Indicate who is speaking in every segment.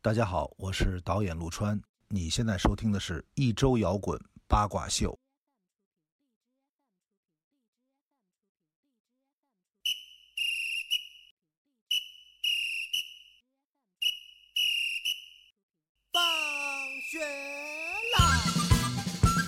Speaker 1: 大家好，我是导演陆川。你现在收听的是一周摇滚八卦秀。
Speaker 2: 放学啦！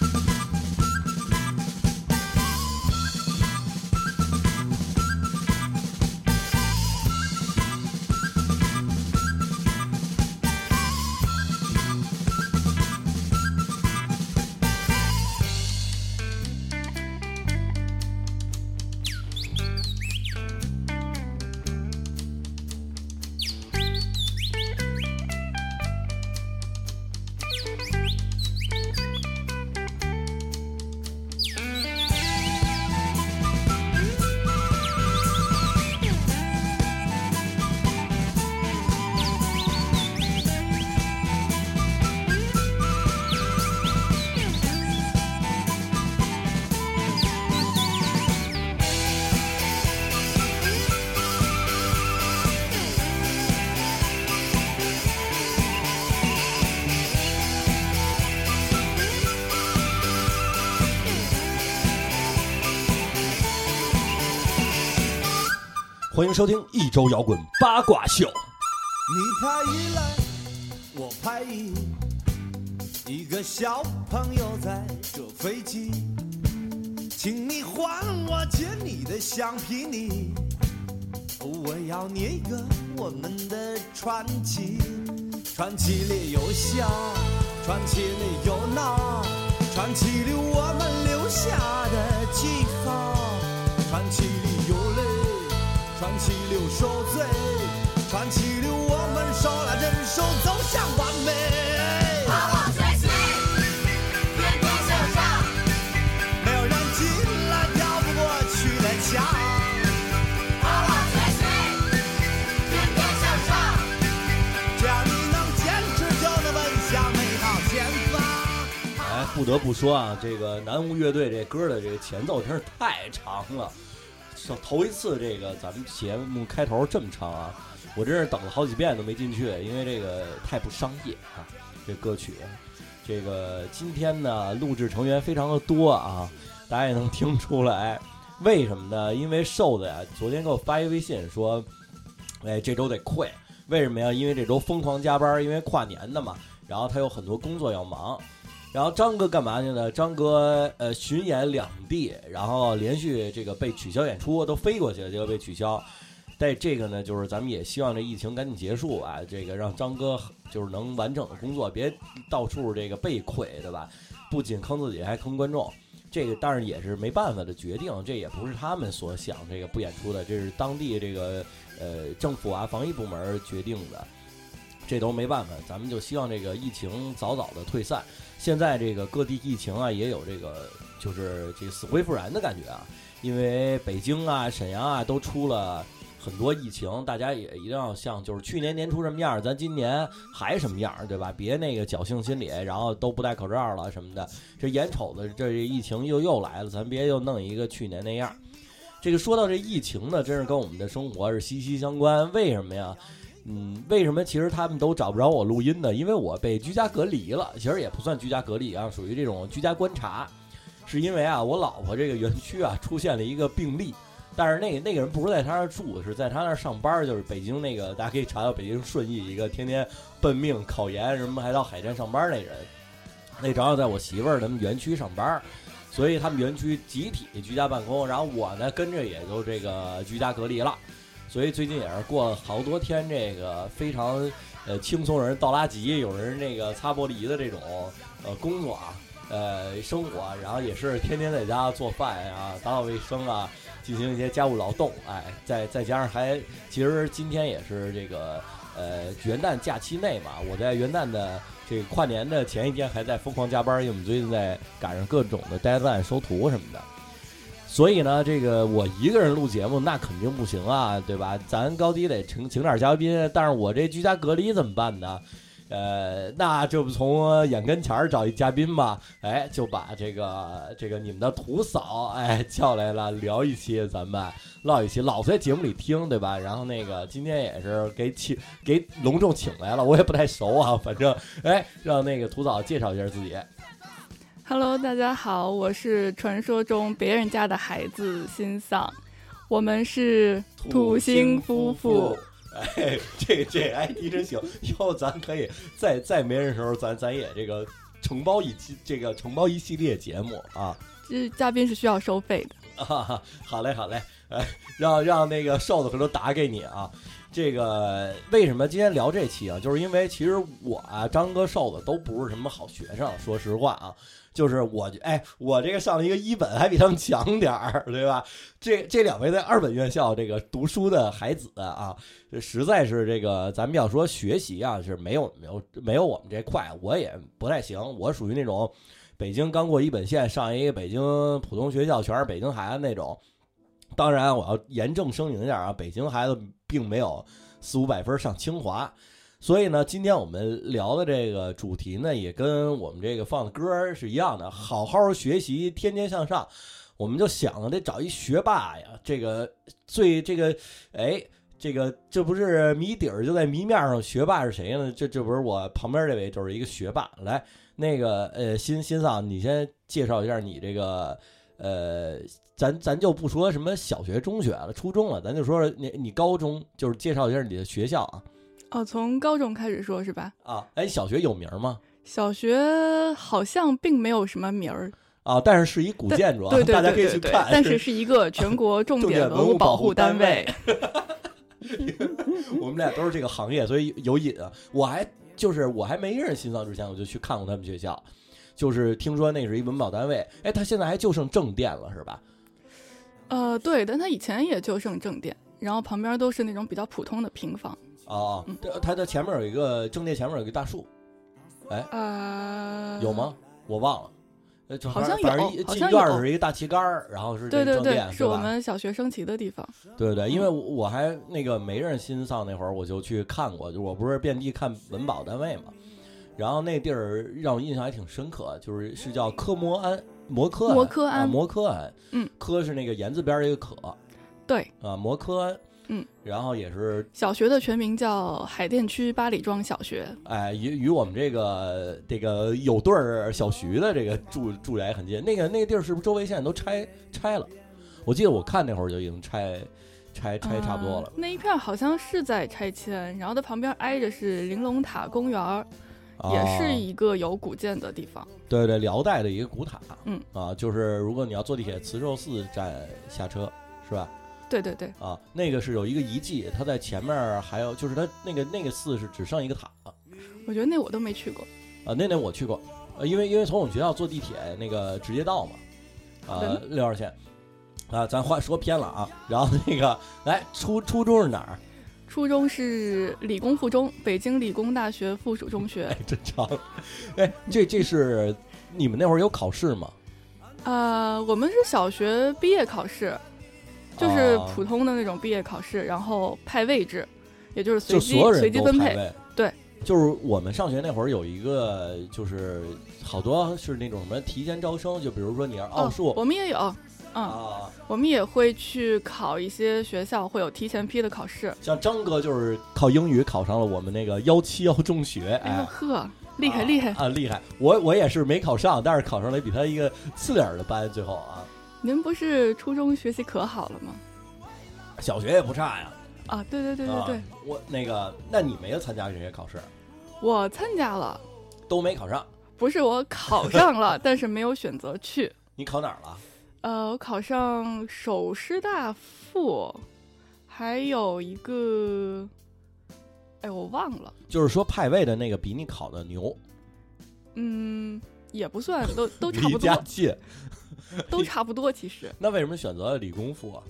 Speaker 3: 欢迎收听一周摇滚八卦秀。
Speaker 2: 你拍一来，我拍一，一个小朋友在折飞机，请你还我姐你的橡皮泥，我要捏一个我们的传奇，传奇里有笑，传奇里有闹，传奇里我们留下的记号，传奇里有泪，传奇里有受罪，传奇里我们手拉着手走向完美。
Speaker 4: 好好学习，天天向上。
Speaker 2: 没有人进了跳不过去的墙，
Speaker 4: 好好学习，天天向上。
Speaker 2: 只要你能坚持，就能奔向美好前方。
Speaker 3: 哎，不得不说啊，这个南无乐队这歌的这个前奏真是太长了，首头一次这个咱们节目开头这么长啊，我真是等了好几遍都没进去，因为这个太不商业啊，这歌曲。这个今天呢，录制成员非常的多啊，大家也能听出来，为什么呢？因为瘦子呀，昨天给我发一微信说，哎，这周得亏，为什么呀？因为这周疯狂加班，因为跨年的嘛，然后他有很多工作要忙，然后张哥干嘛去呢？张哥呃巡演两地，然后连续这个被取消演出，都飞过去了，结果被取消。但这个呢，就是咱们也希望这疫情赶紧结束啊，这个让张哥就是能完整的工作，别到处这个被溃，对吧？不仅坑自己，还坑观众。这个当然也是没办法的决定，这也不是他们所想这个不演出的，这是当地这个呃政府啊防疫部门儿决定的，这都没办法。咱们就希望这个疫情早早的退散。现在这个各地疫情啊，也有这个就是这死灰复燃的感觉啊，因为北京啊、沈阳啊都出了很多疫情，大家也一定要像就是去年年初什么样儿，咱今年还什么样儿，对吧？别那个侥幸心理，然后都不戴口罩了什么的。这眼瞅着这疫情又又来了，咱别又弄一个去年那样儿。这个说到这疫情呢，真是跟我们的生活是息息相关。为什么呀？嗯，为什么其实他们都找不着我录音呢？因为我被居家隔离了，其实也不算居家隔离啊，属于这种居家观察。是因为啊，我老婆这个园区啊出现了一个病例，但是那个那个人不是在她那儿住，是在她那儿上班，就是北京那个大家可以查到北京顺义一个天天奔命考研什么还到海淀上班那人，那正好在我媳妇儿他们园区上班。所以他们园区集体居家办公，然后我呢跟着也就这个居家隔离了。所以最近也是过了好多天，这个非常呃轻松，有人倒垃圾，有人那个擦玻璃的这种呃工作啊，呃生活啊，然后也是天天在家做饭啊，打扫卫生啊，进行一些家务劳动，哎，再再加上还其实今天也是这个呃元旦假期内嘛，我在元旦的这个跨年的前一天还在疯狂加班，因为我们最近在赶上各种的 deadline 收徒什么的。所以呢，这个我一个人录节目那肯定不行啊，对吧？咱高低得请请点嘉宾，但是我这居家隔离怎么办呢？呃，那这不从眼跟前儿找一嘉宾嘛？哎，就把这个这个你们的土嫂哎叫来了，聊一期，咱们唠一期，老在节目里听，对吧？然后那个今天也是给请给隆重请来了，我也不太熟啊，反正哎，让那个土嫂介绍一下自己。
Speaker 5: Hello，大家好，我是传说中别人家的孩子新丧，我们是土星夫妇。。
Speaker 3: 哎，这这 ID 真行，以后咱可以再再没人的时候，咱咱也这个承包一期这个承包一系列节目啊
Speaker 5: 这嘉宾是需要收费的。
Speaker 3: 啊！ 好嘞，好嘞，哎，让让那个瘦子回头打给你啊。这个为什么今天聊这期啊？就是因为其实我啊，张哥、瘦子都不是什么好学生，说实话啊，就是我哎，我这个上了一个一本，还比他们强点儿，对吧？这这两位在二本院校这个读书的孩子啊，这实在是这个，咱们要说学习啊，是没有没有没有我们这快，我也不太行，我属于那种北京刚过一本线，上一个北京普通学校，全是北京孩子那种。当然，我要严正声明一下啊，北京孩子并没有四五百分上清华。所以呢，今天我们聊的这个主题呢，也跟我们这个放的歌儿是一样的，好好学习，天天向上。我们就想了，得找一学霸呀，这个最这个，哎，这个这不是谜底儿就在谜面上，学霸是谁呢？这这不是我旁边这位就是一个学霸。来，那个呃，新新丧，你先介绍一下你这个呃，咱咱就不说什么小学、中学了，初中了，咱就说说你你高中，就是介绍一下你的学校啊
Speaker 5: 哦，从高中开始说是吧？
Speaker 3: 啊，哎，小学有名吗？
Speaker 5: 小学好像并没有什么名儿，
Speaker 3: 啊，但是是一古建筑啊，
Speaker 5: 对对
Speaker 3: 大家
Speaker 5: 对
Speaker 3: 可以
Speaker 5: 对
Speaker 3: 去
Speaker 5: 对
Speaker 3: 看。
Speaker 5: 但是是一个全国 重
Speaker 3: 重点
Speaker 5: 点
Speaker 3: 文物
Speaker 5: 物
Speaker 3: 保
Speaker 5: 保
Speaker 3: 护
Speaker 5: 护
Speaker 3: 单
Speaker 5: 单位。
Speaker 3: 我们俩都是这个行业，所以有瘾啊。我还就是我还没认识新藏之前，我就去看过他们学校，就是听说那是一文保单位。哎，他现在还就剩正殿了，是吧？
Speaker 5: 呃，对，但它以前也就剩正殿，然后旁边都是那种比较普通的平房。
Speaker 3: 哦，
Speaker 5: 嗯
Speaker 3: 他他的前面有一个正殿，前面有一个大树，
Speaker 5: 呃，
Speaker 3: 有？吗？我忘了。呃就
Speaker 5: 好像
Speaker 3: 反正
Speaker 5: 有
Speaker 3: 一
Speaker 5: 好
Speaker 3: 进
Speaker 5: 像
Speaker 3: 院儿
Speaker 5: 有
Speaker 3: 是一个大旗杆儿，然后是
Speaker 5: 对
Speaker 3: 这
Speaker 5: 对
Speaker 3: 正殿，
Speaker 5: 对，
Speaker 3: 对
Speaker 5: 是我
Speaker 3: 吧
Speaker 5: 们嗯小学升旗的地方。
Speaker 3: 对对，因为我我还那个没认识新丧那会儿，我就去看过，就我不是遍地看文保单位嘛，然后那地儿让我印象还挺深刻，就是是叫科摩安摩科
Speaker 5: 摩科
Speaker 3: 啊、
Speaker 5: 安
Speaker 3: 摩科安，
Speaker 5: 嗯，
Speaker 3: 科是那个言字边儿一个可
Speaker 5: 对，
Speaker 3: 啊，摩科安，
Speaker 5: 嗯，
Speaker 3: 然后也是
Speaker 5: 小学的全名叫海淀区八里庄小学。
Speaker 3: 哎，与与我们这个这个有对儿小徐的这个住住宅很近，那个那个地儿是不是周围现在都拆拆了？我记得我看那会儿就已经拆拆拆差不多了
Speaker 5: 呃。那一片儿好像是在拆迁，然后它旁边挨着是玲珑塔公园儿，啊也
Speaker 3: 哦
Speaker 5: 是一个有古建的地方。
Speaker 3: 对对，辽代的一个古塔，
Speaker 5: 嗯
Speaker 3: 啊，就是如果你要坐地铁慈寿寺站下车，是吧？
Speaker 5: 对对对，
Speaker 3: 啊，那个是有一个遗迹，它在前面儿还有，就是它那个那个寺是只剩一个塔了
Speaker 5: 我觉得那我都没去过。
Speaker 3: 啊。那年我去过，呃，因为因为从我们学校坐地铁那个直接到嘛，
Speaker 5: 好的
Speaker 3: 啊，六号线，啊，咱话说偏了啊。然后那个，来初初中是哪儿？
Speaker 5: 初中是理工附中，北京理工大学附属中学
Speaker 3: 哎。，真长，哎，这这是你们那会儿有考试吗？
Speaker 5: 呃，我们是小学毕业考试，就是
Speaker 3: 啊
Speaker 5: 普通的那种毕业考试，然后派位置，也就是随
Speaker 3: 就
Speaker 5: 机
Speaker 3: 所有人
Speaker 5: 随机
Speaker 3: 都
Speaker 5: 分
Speaker 3: 排
Speaker 5: 配。
Speaker 3: 位。
Speaker 5: 对，
Speaker 3: 就是我们上学那会儿有一个，就是好多是那种什么提前招生，就比如哦说你是奥数、
Speaker 5: 哦我们也有，嗯，
Speaker 3: 啊，
Speaker 5: 我们也会去考一些学校会有提前批的考试。
Speaker 3: 像张哥就是靠英语考上了我们那个幺七幺中学，
Speaker 5: 哎呦
Speaker 3: 哎。
Speaker 5: 呵，厉害厉害！
Speaker 3: 啊！厉害，我我也是没考上，但是考上了比他一个次点儿的班，最后啊，
Speaker 5: 您不是初中学习可好了吗？
Speaker 3: 小学也不差呀。
Speaker 5: 啊，对对对对对，
Speaker 3: 啊、我那个，那你没有参加这些考试，
Speaker 5: 我参加了，
Speaker 3: 都没考上，
Speaker 5: 不是我考上了， 但是没有选择去。
Speaker 3: 你考哪儿了？
Speaker 5: 呃，我考上首师大附，还有一个，哎，我忘了，
Speaker 3: 就是说派位的那个比你考的牛，
Speaker 5: 嗯，也不算，都都差
Speaker 3: 离
Speaker 5: 不
Speaker 3: 家
Speaker 5: 多，
Speaker 3: 近。
Speaker 5: 都差不多。其实
Speaker 3: 那为什么选择了理工附啊？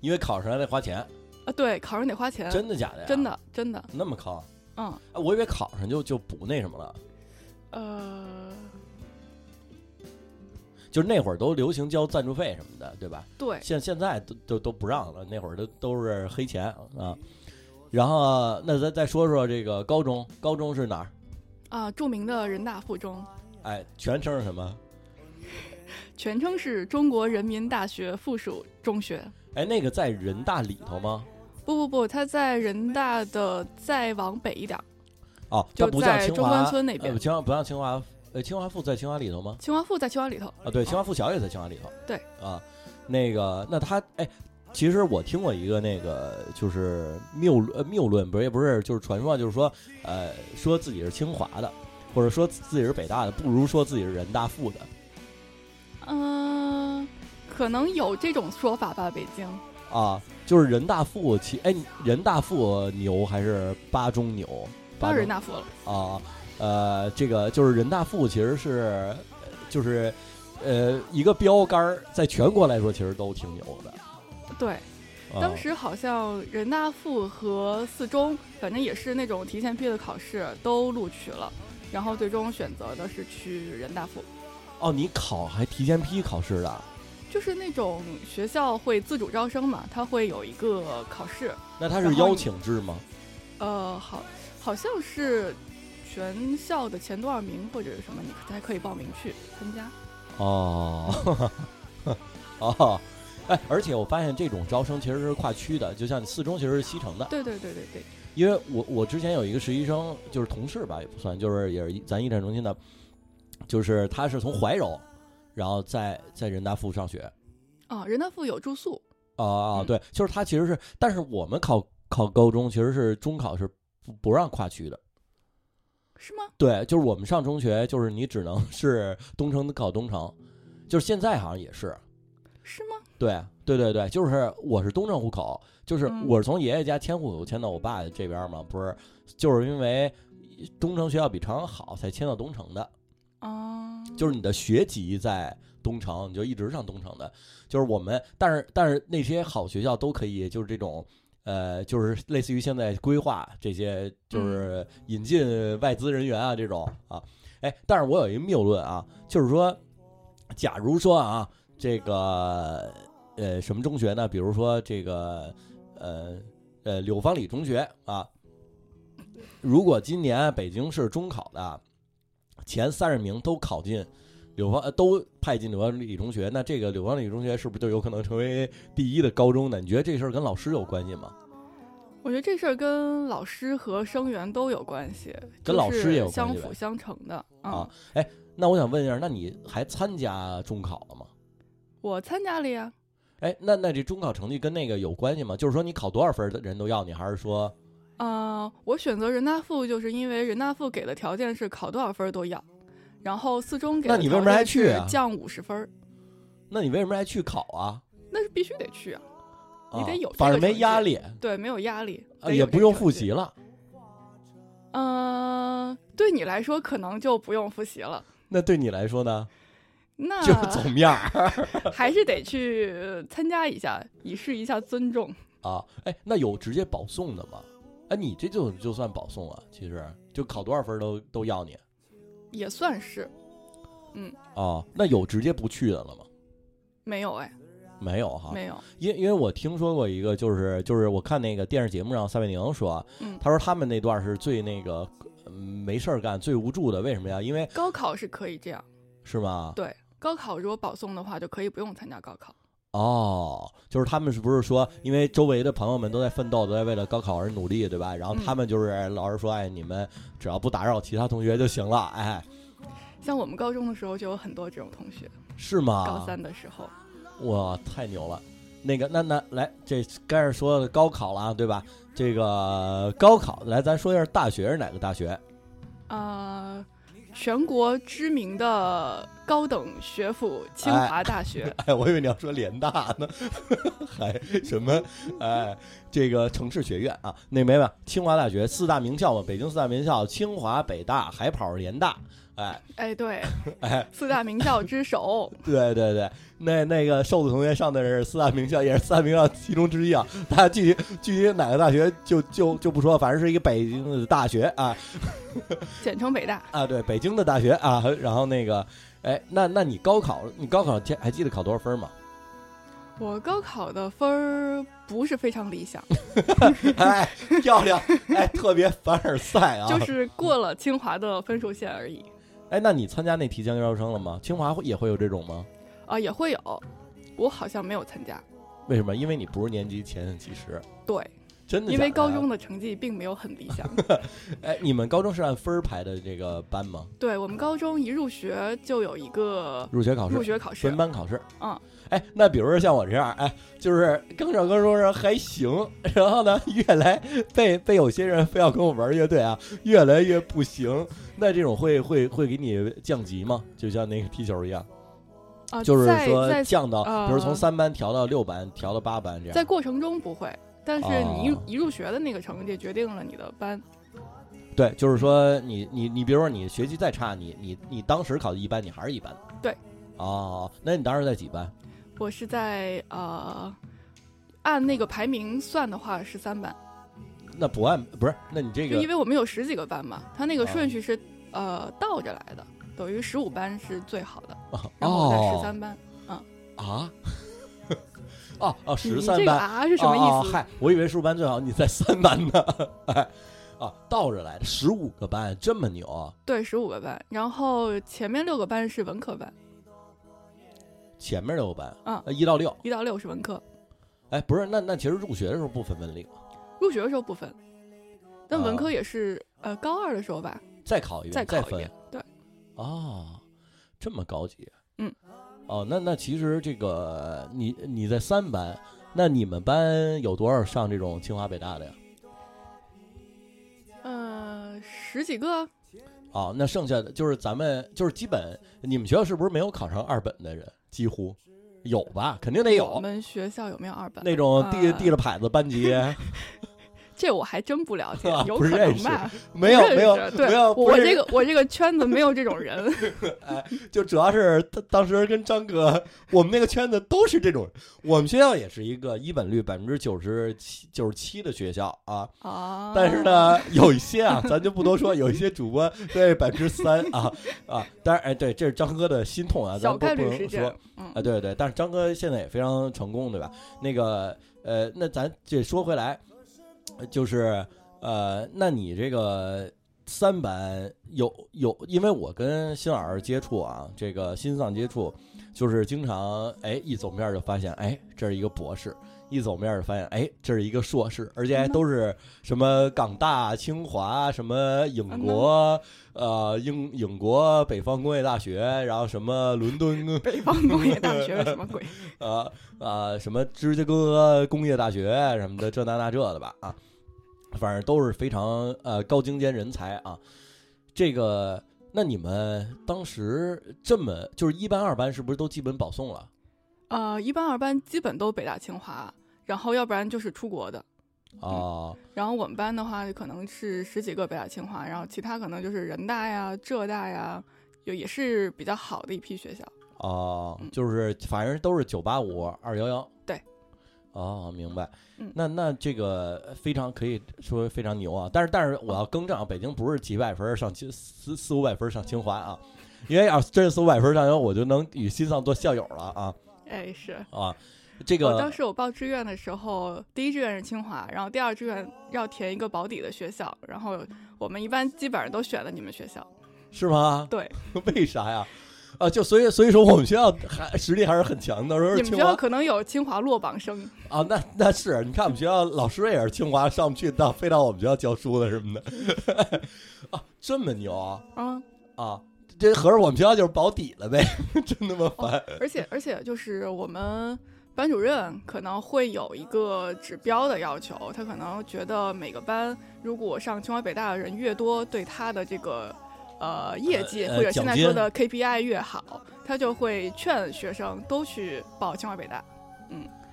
Speaker 3: 因为考上还得花钱，
Speaker 5: 啊，对，考上得花钱，
Speaker 3: 真的假的呀？
Speaker 5: 真的真的，
Speaker 3: 那么坑？
Speaker 5: 嗯，
Speaker 3: 哎我以为考上就就不那什么了，
Speaker 5: 呃，
Speaker 3: 就是那会儿都流行交赞助费什么的，对吧？
Speaker 5: 对，
Speaker 3: 现现在都都都不让了，那会儿都都是黑钱啊。然后啊那咱再说说这个高中，高中是哪儿？
Speaker 5: 啊，著名的人大附中，
Speaker 3: 哎，全称是什么？
Speaker 5: 全称是中国人民大学附属中学。
Speaker 3: 哎，那个在人大里头吗？
Speaker 5: 不不不，它在人大的再往北一点儿，
Speaker 3: 哦，
Speaker 5: 就
Speaker 3: 它不像
Speaker 5: 在
Speaker 3: 清
Speaker 5: 中
Speaker 3: 华
Speaker 5: 关村那边
Speaker 3: 呃不清华不像清华，呃，清华附在清华里头吗？
Speaker 5: 清华附在清华里头。
Speaker 3: 啊，对，清华附小也在清华里头。
Speaker 5: 哦对
Speaker 3: 啊，那个，那他哎，其实我听过一个那个，就是谬论呃谬论，不是也不是，就是传说，就是说呃，说自己是清华的，或者说自己是北大的，不如说自己是人大附的。
Speaker 5: 嗯、可能有这种说法吧，北京。
Speaker 3: 啊，就是人大附其哎，人大附牛还是八中牛？八
Speaker 5: 当
Speaker 3: 中
Speaker 5: 然人大附了，
Speaker 3: 啊，呃，这个就是人大附其实是呃就是呃一个标杆儿，在全国来说其实都挺牛的。
Speaker 5: 对，
Speaker 3: 啊、
Speaker 5: 当时好像人大附和四中，反正也是那种提前批的考试都录取了，然后最终选择的是去人大附，
Speaker 3: 哦，你考还提前批考试的？
Speaker 5: 就是那种学校会自主招生嘛，它会有一个考试，
Speaker 3: 那他
Speaker 5: 然
Speaker 3: 是
Speaker 5: 后
Speaker 3: 邀
Speaker 5: 你
Speaker 3: 请制吗？
Speaker 5: 呃，好，好像是全校的前多少名或者什么，你才可以报名去参加。
Speaker 3: 哦， 哦，哎，而且我发现这种招生其实是跨区的，就像你四中其实是西城的，
Speaker 5: 对对对对对，
Speaker 3: 因为我我之前有一个实习生，就是同事吧，也不算，就是也是一咱一战中心的，就是他是从怀柔，然后在在人大附上学，
Speaker 5: 啊，人大附有住宿，
Speaker 3: 啊啊，
Speaker 5: 嗯
Speaker 3: 对，就是他其实是，但是我们考考高中其实是中考是不不让跨区的，
Speaker 5: 是吗？
Speaker 3: 对，就是我们上中学，就是你只能 是东城考东城，就是现在好像也是，
Speaker 5: 是吗？
Speaker 3: 对对对对，就是我是东城户口，就是
Speaker 5: 嗯
Speaker 3: 我是从爷爷家迁户口迁到我爸这边嘛，不是，就是因为东城学校比朝阳好才迁到东城的，
Speaker 5: 啊，
Speaker 3: 就是你的学籍在东城，你就一直上东城的，就是我们，但是但是那些好学校都可以，就是这种。呃，就是类似于现在规划这些，就是引进外资人员啊，这种啊，哎，但是我有一个谬论啊，就是说，假如说啊，这个呃什么中学呢？比如说这个呃呃柳芳里中学啊，如果今年北京市中考的前三十名都考进柳芳、呃，都派进柳芳里中学，那这个柳芳里中学是不是就有可能成为第一的高中呢？你觉得这事儿跟老师有关系吗？
Speaker 5: 我觉得这事儿跟老师和生源都有关系，
Speaker 3: 跟
Speaker 5: 就
Speaker 3: 老师也
Speaker 5: 是
Speaker 3: 有关
Speaker 5: 相
Speaker 3: 系呗
Speaker 5: 辅相成的。嗯、
Speaker 3: 啊，哎，那我想问一下，那你还参加中考了吗？
Speaker 5: 我参加了呀，
Speaker 3: 哎，那那这中考成绩跟那个有关系吗？就是说你考多少分儿的人都要你，还是说
Speaker 5: 呃，我选择人大附就是因为人大附给的条件是考多少分儿都要，然后四中给
Speaker 3: 那
Speaker 5: 的
Speaker 3: 你为
Speaker 5: 条
Speaker 3: 什么还
Speaker 5: 件
Speaker 3: 去
Speaker 5: 是
Speaker 3: 啊
Speaker 5: 降五十分儿，
Speaker 3: 那你为什么还去考啊？
Speaker 5: 那是必须得去啊，
Speaker 3: 啊
Speaker 5: 你得有这
Speaker 3: 反
Speaker 5: 个
Speaker 3: 正没
Speaker 5: 成绩
Speaker 3: 压力，
Speaker 5: 对，没有压力，
Speaker 3: 啊
Speaker 5: 得
Speaker 3: 也
Speaker 5: 有这
Speaker 3: 不用
Speaker 5: 成
Speaker 3: 复
Speaker 5: 绩
Speaker 3: 习。了。
Speaker 5: 呃，对你来说可能就不用复习了，
Speaker 3: 那对你来说呢，
Speaker 5: 那
Speaker 3: 就是走面儿
Speaker 5: 还是得去参加一下，以示一下尊重。
Speaker 3: 啊。哎，那有直接保送的吗？哎，你这就就算保送了，其实就考多少分儿都都要你
Speaker 5: 也算是
Speaker 3: 啊。那有直接不去的了吗？
Speaker 5: 没有哎，
Speaker 3: 没有哈，
Speaker 5: 没有，
Speaker 3: 因因为我听说过一个，就是就是我看那个电视节目上撒贝宁说，
Speaker 5: 嗯
Speaker 3: 他说他们那段是最那个嗯没事儿干、最无助的，为什么呀？因为
Speaker 5: 高考是可以这样。
Speaker 3: 是吗？
Speaker 5: 对，高考如果保送的话，就可以不用参加高考。
Speaker 3: 哦，就是他们是不是说，因为周围的朋友们都在奋斗，都在为了高考而努力，对吧？然后
Speaker 5: 嗯
Speaker 3: 他们就是老师说，哎，你们只要不打扰其他同学就行了，哎，
Speaker 5: 像我们高中的时候就有很多这种同学，
Speaker 3: 是吗？
Speaker 5: 高三的时候，
Speaker 3: 哇，太牛了！那个，那那来，这该是说高考了啊，对吧？这个高考，来，咱说一下大学是哪个大学？
Speaker 5: 呃，全国知名的高等学府清华大学，
Speaker 3: 哎，我以为你要说联大呢， 还什么？哎，这个城市学院啊，那没吧？清华大学四大名校嘛，北京四大名校，清华、北大、海跑、联大，哎。
Speaker 5: 哎，对，
Speaker 3: 哎，
Speaker 5: 四大名校之首。
Speaker 3: 对对对，那那个瘦子同学上的是四大名校，也是四大名校其中之一啊。他具体具体哪个大学就就就不说，反正是一个北京的大学啊
Speaker 5: 简称北大。
Speaker 3: 啊，对，北京的大学啊。然后那个，哎，那那你高考，你高考前还记得考多少分吗？
Speaker 5: 我高考的分儿不是非常理想，
Speaker 3: 哎，漂亮，哎，特别凡尔赛 啊！
Speaker 5: 就是过了清华的分数线而已
Speaker 3: 哎，那你参加那提前招生了吗？清华会也会有这种吗？
Speaker 5: 啊，也会有。我好像没有参加，
Speaker 3: 为什么？因为你不是年级前几十，
Speaker 5: 对，
Speaker 3: 真的
Speaker 5: 因为
Speaker 3: 假的
Speaker 5: 高
Speaker 3: 呀
Speaker 5: 中的成绩并没有很理 想。
Speaker 3: 哎，你们高中是按分儿排的这个班吗？
Speaker 5: 对我们高中一入学就有一个
Speaker 3: 入学考试
Speaker 5: 入、学考试
Speaker 3: 分，班考试。
Speaker 5: 嗯，
Speaker 3: 哎，那比如说像我这样，哎，就是刚上高中时候还行，然后呢，越来被被有些人非要跟我玩乐队啊，越来越不行。那这种会会会给你降级吗？就像那个踢球一样，
Speaker 5: 啊，
Speaker 3: 就是
Speaker 5: 在
Speaker 3: 说
Speaker 5: 在
Speaker 3: 降到，比如从
Speaker 5: 呃
Speaker 3: 三班调到六班，调到八班这
Speaker 5: 在
Speaker 3: 样。
Speaker 5: 过程中不会，但是你
Speaker 3: 哦
Speaker 5: 一一入学的那个成绩决定了你的班。
Speaker 3: 对，就是说你你你，比如说你学习再差，你你你当时考的一班，你还是一班。
Speaker 5: 对。
Speaker 3: 哦，那你当时在几班？
Speaker 5: 我是在呃，按那个排名算的话是三班，
Speaker 3: 那不按不是？那你这
Speaker 5: 就
Speaker 3: 个
Speaker 5: 因为我们有十几个班嘛，它那个
Speaker 3: 哦
Speaker 5: 顺序是、呃倒着来的，等于十五班是最好的，
Speaker 3: 哦
Speaker 5: 然后我在十三班。
Speaker 3: 啊？ 哦哦，
Speaker 5: 你
Speaker 3: 十
Speaker 5: 你
Speaker 3: 三
Speaker 5: 这个
Speaker 3: 班、
Speaker 5: 啊是什么意
Speaker 3: 哦哦
Speaker 5: 思？
Speaker 3: 嗨，我以为十五班最好，你在三班呢。 哎，啊，倒着来的，十五个班这么牛啊，
Speaker 5: 对，十五个班，然后前面六个班是文科班，
Speaker 3: 前面六个班，
Speaker 5: 嗯
Speaker 3: 呃，一到六。
Speaker 5: 一到六是文科。
Speaker 3: 哎，不是，那那其实入学的时候不分文理吗，
Speaker 5: 入学的时候不分，但文
Speaker 3: 哦
Speaker 5: 科也是、呃高二的时候吧，
Speaker 3: 再考一
Speaker 5: 再
Speaker 3: 遍，
Speaker 5: 考
Speaker 3: 再
Speaker 5: 一
Speaker 3: 分
Speaker 5: 遍。对，
Speaker 3: 哦，这么高级。
Speaker 5: 嗯。
Speaker 3: 哦，那那其实这个你你在三班，那你们班有多少上这种清华北大的呀？
Speaker 5: 呃，十几个
Speaker 3: 哦，那剩下的就是咱们就是基本，你们学校是不是没有考上二本的人？几乎有吧，肯定得
Speaker 5: 我
Speaker 3: 有
Speaker 5: 们学校有没有二班？
Speaker 3: 那种递
Speaker 5: 呃
Speaker 3: 递了牌子班 级，
Speaker 5: 这我还真不了解
Speaker 3: 啊，
Speaker 5: 有
Speaker 3: 不
Speaker 5: 可
Speaker 3: 认
Speaker 5: 能
Speaker 3: 识
Speaker 5: 吧？
Speaker 3: 没有
Speaker 5: 不认
Speaker 3: 没有
Speaker 5: 识对
Speaker 3: 没有，不
Speaker 5: 我
Speaker 3: 是
Speaker 5: 这个我这个圈子没有这种人，
Speaker 3: 就主要是他当时跟张哥，我们那个圈子都是这种人，我们学校也是一个一本率百分之九十七九十七的学校啊，
Speaker 5: 啊。
Speaker 3: 但是，呢，有一些啊，咱就不多说，有一些主播对百分之三啊啊，当然哎，对，这是张哥的心痛啊，咱
Speaker 5: 小
Speaker 3: 不
Speaker 5: 概
Speaker 3: 不
Speaker 5: 率事
Speaker 3: 能
Speaker 5: 件
Speaker 3: 说。，啊，
Speaker 5: 嗯，
Speaker 3: 对对，但是张哥现在也非常成功，对吧？那个呃，那咱这说回来，呃就是呃，那你这个三班有有，因为我跟新老师接触啊，这个新丧接触，就是经常哎一走面儿就发现，哎这是一个博士。一走面儿就发现，哎，这是一个硕士，而且还
Speaker 5: 嗯呐
Speaker 3: 都是什么港大、清华、什么影
Speaker 5: 嗯呐
Speaker 3: 国、呃英影国北方工业大学，然后什么伦敦
Speaker 5: 北方工业大学是什么鬼？
Speaker 3: 呃呃，什么芝加哥工业大学什么的，这那那这的吧啊，反正都是非常呃高精尖人才啊。这个，那你们当时这么就是一班二班是不是都基本保送了
Speaker 5: 呃，一班二班基本都北大清华，然后要不然就是出国的。
Speaker 3: 啊？
Speaker 5: 然后我们班的话，可能是十几个北大清华，然后其他可能就是人大呀、浙大呀，也也是比较好的一批学校。
Speaker 3: 哦
Speaker 5: 嗯，
Speaker 3: 就是反正都是九八五二幺幺。
Speaker 5: 对。
Speaker 3: 哦，明白
Speaker 5: 嗯。
Speaker 3: 那那这个非常可以说非常牛啊！但是但是我要更正啊，北京不是几百分儿上清四四五百分儿上清华啊，因为要是真是四五百分儿上清华，我就能与新丧做校友了啊
Speaker 5: 哎，是
Speaker 3: 啊！这
Speaker 5: 我当
Speaker 3: 个
Speaker 5: 时我报志愿的时候，第一志愿是清华，然后第二志愿要填一个保底的学校，然后我们一般基本上都选了你们学校。
Speaker 3: 是吗？
Speaker 5: 对，
Speaker 3: 为啥呀？啊，就所以所以说我们学校还实力还是很强的，说
Speaker 5: 你
Speaker 3: 是
Speaker 5: 们
Speaker 3: 清
Speaker 5: 学
Speaker 3: 华
Speaker 5: 校可能有清华落榜生，
Speaker 3: 啊，那那是你看我们学校老师也是清华上不去，到非到我们学校教书的什么的， 啊，这么牛啊
Speaker 5: 嗯，
Speaker 3: 啊！这合着我们学校就是保底了呗， 真他妈烦
Speaker 5: 而且而且就是我们班主任可能会有一个指标的要求，他可能觉得每个班如果上清华北大的人越多，对他的这个呃业绩
Speaker 3: 呃
Speaker 5: 或者
Speaker 3: 奖
Speaker 5: 现在
Speaker 3: 金
Speaker 5: 说的 KPI 越好，他就会劝学生都去报清华北大。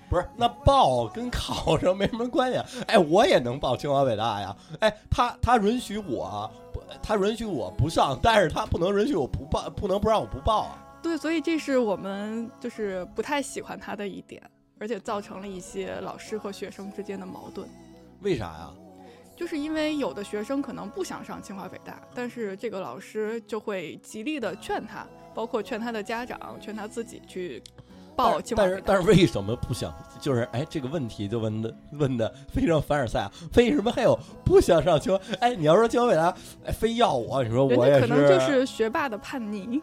Speaker 3: 不是，那报跟考上没什么关系啊。哎，我也能报清华北大呀。哎，他他允许我啊不，他允许我不上，但是他不能允许我不报，不能不让我不报啊。
Speaker 5: 对，所以这是我们就是不太喜欢他的一点，而且造成了一些老师和学生之间的矛盾。
Speaker 3: 为啥呀？
Speaker 5: 就是因为有的学生可能不想上清华北大，但是这个老师就会极力的劝他，包括劝他的家长、劝他自己去报清华
Speaker 3: 但
Speaker 5: 北
Speaker 3: 是
Speaker 5: 大。
Speaker 3: 但是为什么不想？就是哎，这个问题就问的问的非常凡尔赛啊！为什么还有不想上清华？哎，你要说清华北大，哎，非要我，你说
Speaker 5: 人
Speaker 3: 我也
Speaker 5: 家
Speaker 3: 是。
Speaker 5: 可能就是学霸的叛逆，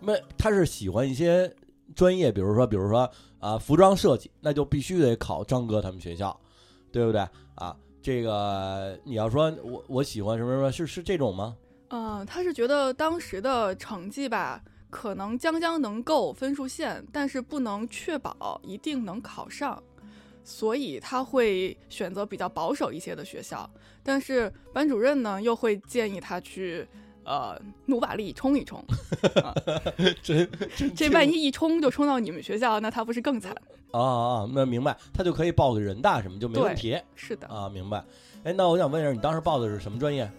Speaker 3: 那他是喜欢一些专业，比如说，比如说啊，服装设计，那就必须得考张哥他们学校，对不对啊？这个你要说我我喜欢什么什么，是是这种吗？
Speaker 5: 嗯、他是觉得当时的成绩吧，可能将将能够分数线，但是不能确保一定能考上，所以他会选择比较保守一些的学校。但是班主任呢，又会建议他去。呃，努把力冲 一冲，啊
Speaker 3: 真 真
Speaker 5: 这万一一冲就冲到你们学校，那他不是更惨？
Speaker 3: 啊啊，那明白，他就可以报个人大什么就没问题
Speaker 5: 是的，
Speaker 3: 啊，明白。哎，那我想问一下，你当时报的是什么专业？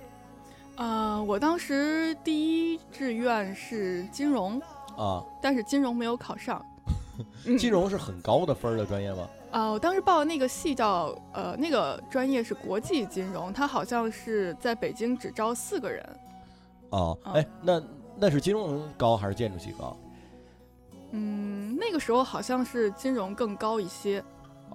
Speaker 5: 呃，我当时第一志愿是金融，
Speaker 3: 啊，
Speaker 5: 但是金融没有考 上。 嗯
Speaker 3: 金融是很高的分儿的专业吗？
Speaker 5: 啊，我当时报的那个系叫呃，那个专业是国际金融，它好像是在北京只招四个人。
Speaker 3: 啊，
Speaker 5: 啊
Speaker 3: 哎，那那是金融高还是建筑系高？
Speaker 5: 嗯，那个时候好像是金融更高一些。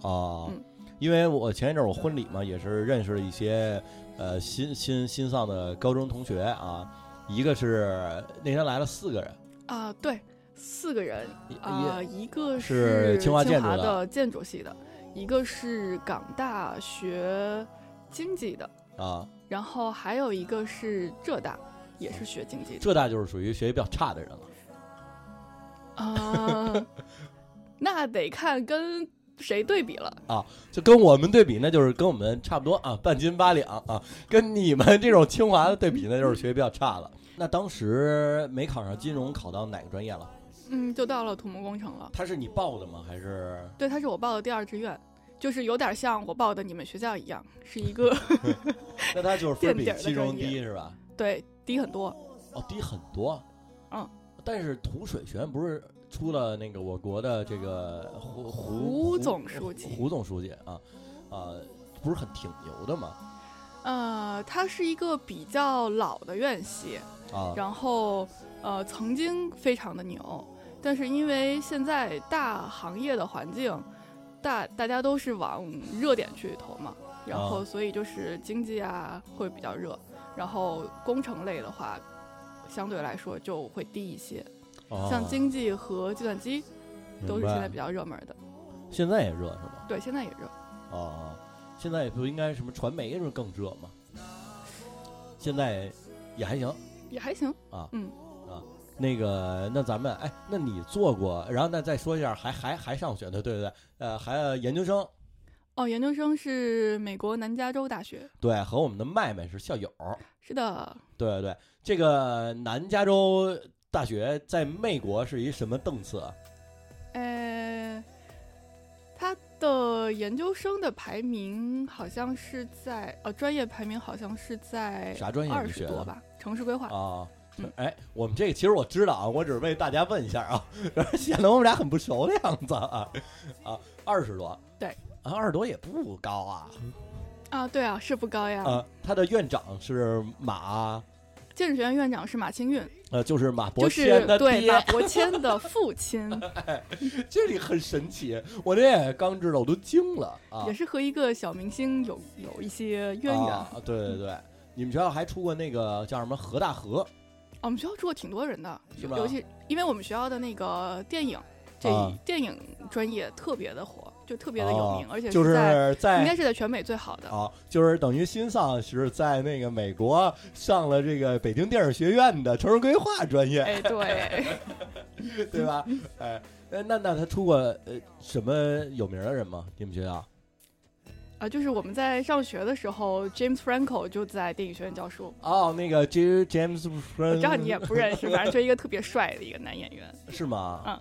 Speaker 3: 啊
Speaker 5: 嗯，
Speaker 3: 因为我前一阵儿我婚礼嘛，也是认识了一些呃新新新上的高中同学啊，一个是那天来了四个人，
Speaker 5: 啊、对，四个人
Speaker 3: 也
Speaker 5: 啊、一个
Speaker 3: 是清华建筑的
Speaker 5: 的建筑系的，一个是港大学经济的，
Speaker 3: 也啊，
Speaker 5: 然后还有一个是浙大，也是学经济的。
Speaker 3: 浙大就是属于学习比较差的人了。
Speaker 5: 啊，那得看跟谁对比了。
Speaker 3: 就跟我们对比，那就是跟我们差不多啊， 半斤八两啊。跟你们这种清华的对比，那就是学习比较差了。那当时没考上金融，考到哪个专业了？
Speaker 5: 嗯，就到了土木工程了。
Speaker 3: 他是你报的吗？还是
Speaker 5: 对，它是我报的第二志愿，就是有点像我报的你们学校一样，是一个
Speaker 3: 那他就是分儿比
Speaker 5: 垫底儿的
Speaker 3: 金融
Speaker 5: 专业
Speaker 3: 低是吧？
Speaker 5: 对低很多。
Speaker 3: 哦，低很多。
Speaker 5: 嗯，
Speaker 3: 但是土水学院不是出了那个我国的这个胡
Speaker 5: 胡总书记
Speaker 3: 胡总书记啊啊，不是很挺牛的嘛
Speaker 5: 呃，它是一个比较老的院系，
Speaker 3: 啊
Speaker 5: 然后呃曾经非常的牛，但是因为现在大行业的环境，大大家都是往热点去投嘛，然
Speaker 3: 啊
Speaker 5: 后所以就是经济啊会比较热，然后工程类的话。相对来说就会低一些，
Speaker 3: 啊
Speaker 5: 像经济和计算机都是现在比
Speaker 3: 较
Speaker 5: 较热门的。
Speaker 3: 现在也热是吗？
Speaker 5: 对，现在也热。
Speaker 3: 啊，现在也不应该什么传媒是不是更热吗？现在也还行。
Speaker 5: 也还行。
Speaker 3: 那个，那咱们哎，那你做过，然后那再说一下，还还还上学的，对不对？呃，还有研究生，
Speaker 5: 哦，研究生是美国南加州大学，
Speaker 3: 对，和我们的麦麦是校友。
Speaker 5: 是的，
Speaker 3: 对对对，这个南加州大学在美国是一什么档次啊？
Speaker 5: 呃，他的研究生的排名好像是在呃专业排名好像是在
Speaker 3: 啥专业
Speaker 5: 二
Speaker 3: 你学
Speaker 5: 十
Speaker 3: 的
Speaker 5: 多吧，城市规划。
Speaker 3: 啊
Speaker 5: 嗯，
Speaker 3: 哎，我们这个其实我知道啊，我只是为大家问一下啊，然后显得我们俩很不熟的样子啊啊，二十多，
Speaker 5: 对
Speaker 3: 啊，二十多也不高啊
Speaker 5: 啊，对啊，是不高呀。
Speaker 3: 啊，他的院长是马
Speaker 5: 建筑学院院长是马清运，
Speaker 3: 呃，就是马伯
Speaker 5: 就是
Speaker 3: 骞的
Speaker 5: 对
Speaker 3: 爹，啊
Speaker 5: 马伯骞的 父亲，
Speaker 3: 这里很神奇，我这也刚知道，我都惊了啊
Speaker 5: 也，是和一个小明星有有一些渊源。
Speaker 3: 啊，对对对，你们学校还出过那个叫什么河大河
Speaker 5: 啊我们学校住过挺多人的，
Speaker 3: 是吧
Speaker 5: 尤尤其因为我们学校的那个电影，这
Speaker 3: 啊
Speaker 5: 电影专业特别的火，就特别的有名，
Speaker 3: 哦
Speaker 5: 而且
Speaker 3: 就是哎
Speaker 5: 在
Speaker 3: 在
Speaker 5: 应该是在全美最好的。
Speaker 3: 啊，就是等于新丧是在那个美国上了这个北京电影学院的城市规划专业，
Speaker 5: 哎，对，
Speaker 3: 对吧？哎，呃那那他出过呃什么有名的人吗？你们学校
Speaker 5: 啊，就是我们在上学的时候，James Franco 就在电影学院教书，
Speaker 3: 哦，那个 J James
Speaker 5: 我
Speaker 3: Friend，
Speaker 5: 知道你也不认
Speaker 3: 嗯
Speaker 5: 识，反正就一个特别帅的一个男演员，
Speaker 3: 是吗？
Speaker 5: 嗯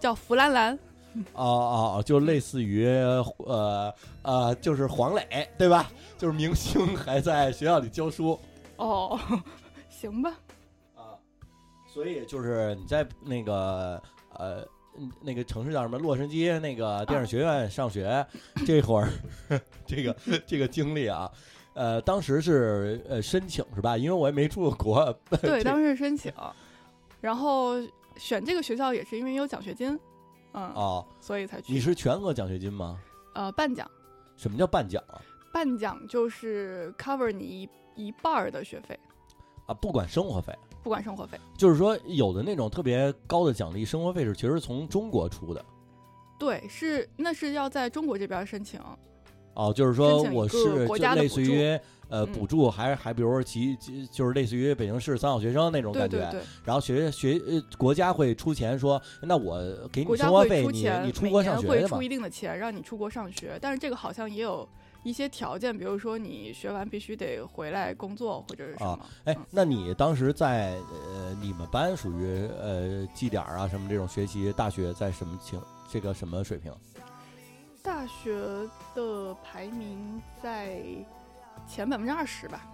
Speaker 5: 叫弗兰兰。
Speaker 3: 哦哦，哦就类似于呃呃，就是黄磊对吧？就是明星还在学校里教书
Speaker 5: 哦， 行吧，
Speaker 3: 啊，所以就是你在那个呃。嗯那个城市叫什么？洛杉矶那个电影学院上学，这会儿这个这个经历啊，呃，当时是呃申请是吧？因为我也没出过国，
Speaker 5: 对，
Speaker 3: 这
Speaker 5: 当时申请，然后选这个学校也是因为有奖学金，嗯，
Speaker 3: 啊。
Speaker 5: 所以才去。
Speaker 3: 你是全额奖学金吗？
Speaker 5: 呃半奖，
Speaker 3: 什么叫半奖啊？
Speaker 5: 半奖就是 cover 你一一半儿的学费，
Speaker 3: 啊，不管生活费，
Speaker 5: 不管生活费。
Speaker 3: 就是说有的那种特别高的奖励，生活费是其实从中国出的
Speaker 5: 对，是那是要在中国这边申请，
Speaker 3: 哦、就是说
Speaker 5: 申请一
Speaker 3: 我
Speaker 5: 个
Speaker 3: 是
Speaker 5: 国
Speaker 3: 就
Speaker 5: 家的
Speaker 3: 类
Speaker 5: 补
Speaker 3: 似
Speaker 5: 助
Speaker 3: 于呃
Speaker 5: 嗯
Speaker 3: 补助，还是还比如说其其就是类似于北京市三好学生那种
Speaker 5: 对
Speaker 3: 感觉，
Speaker 5: 对对，
Speaker 3: 然后学学呃国家会出钱说，那我给你
Speaker 5: 国家
Speaker 3: 生活
Speaker 5: 会
Speaker 3: 费，
Speaker 5: 出
Speaker 3: 你
Speaker 5: 钱，
Speaker 3: 你出
Speaker 5: 每
Speaker 3: 国
Speaker 5: 年
Speaker 3: 上学
Speaker 5: 会
Speaker 3: 去嘛
Speaker 5: 出一？定的钱让你出国上学，但是这个好像也有一些条件，比如说你学完必须得回来工作或者是什
Speaker 3: 啊
Speaker 5: 么。
Speaker 3: 哎
Speaker 5: 嗯，
Speaker 3: 那你当时在呃你们班属于呃绩点儿啊什么这种学习，大学在什么情这个什么水平？
Speaker 5: 大学的排名在前百分之二十吧，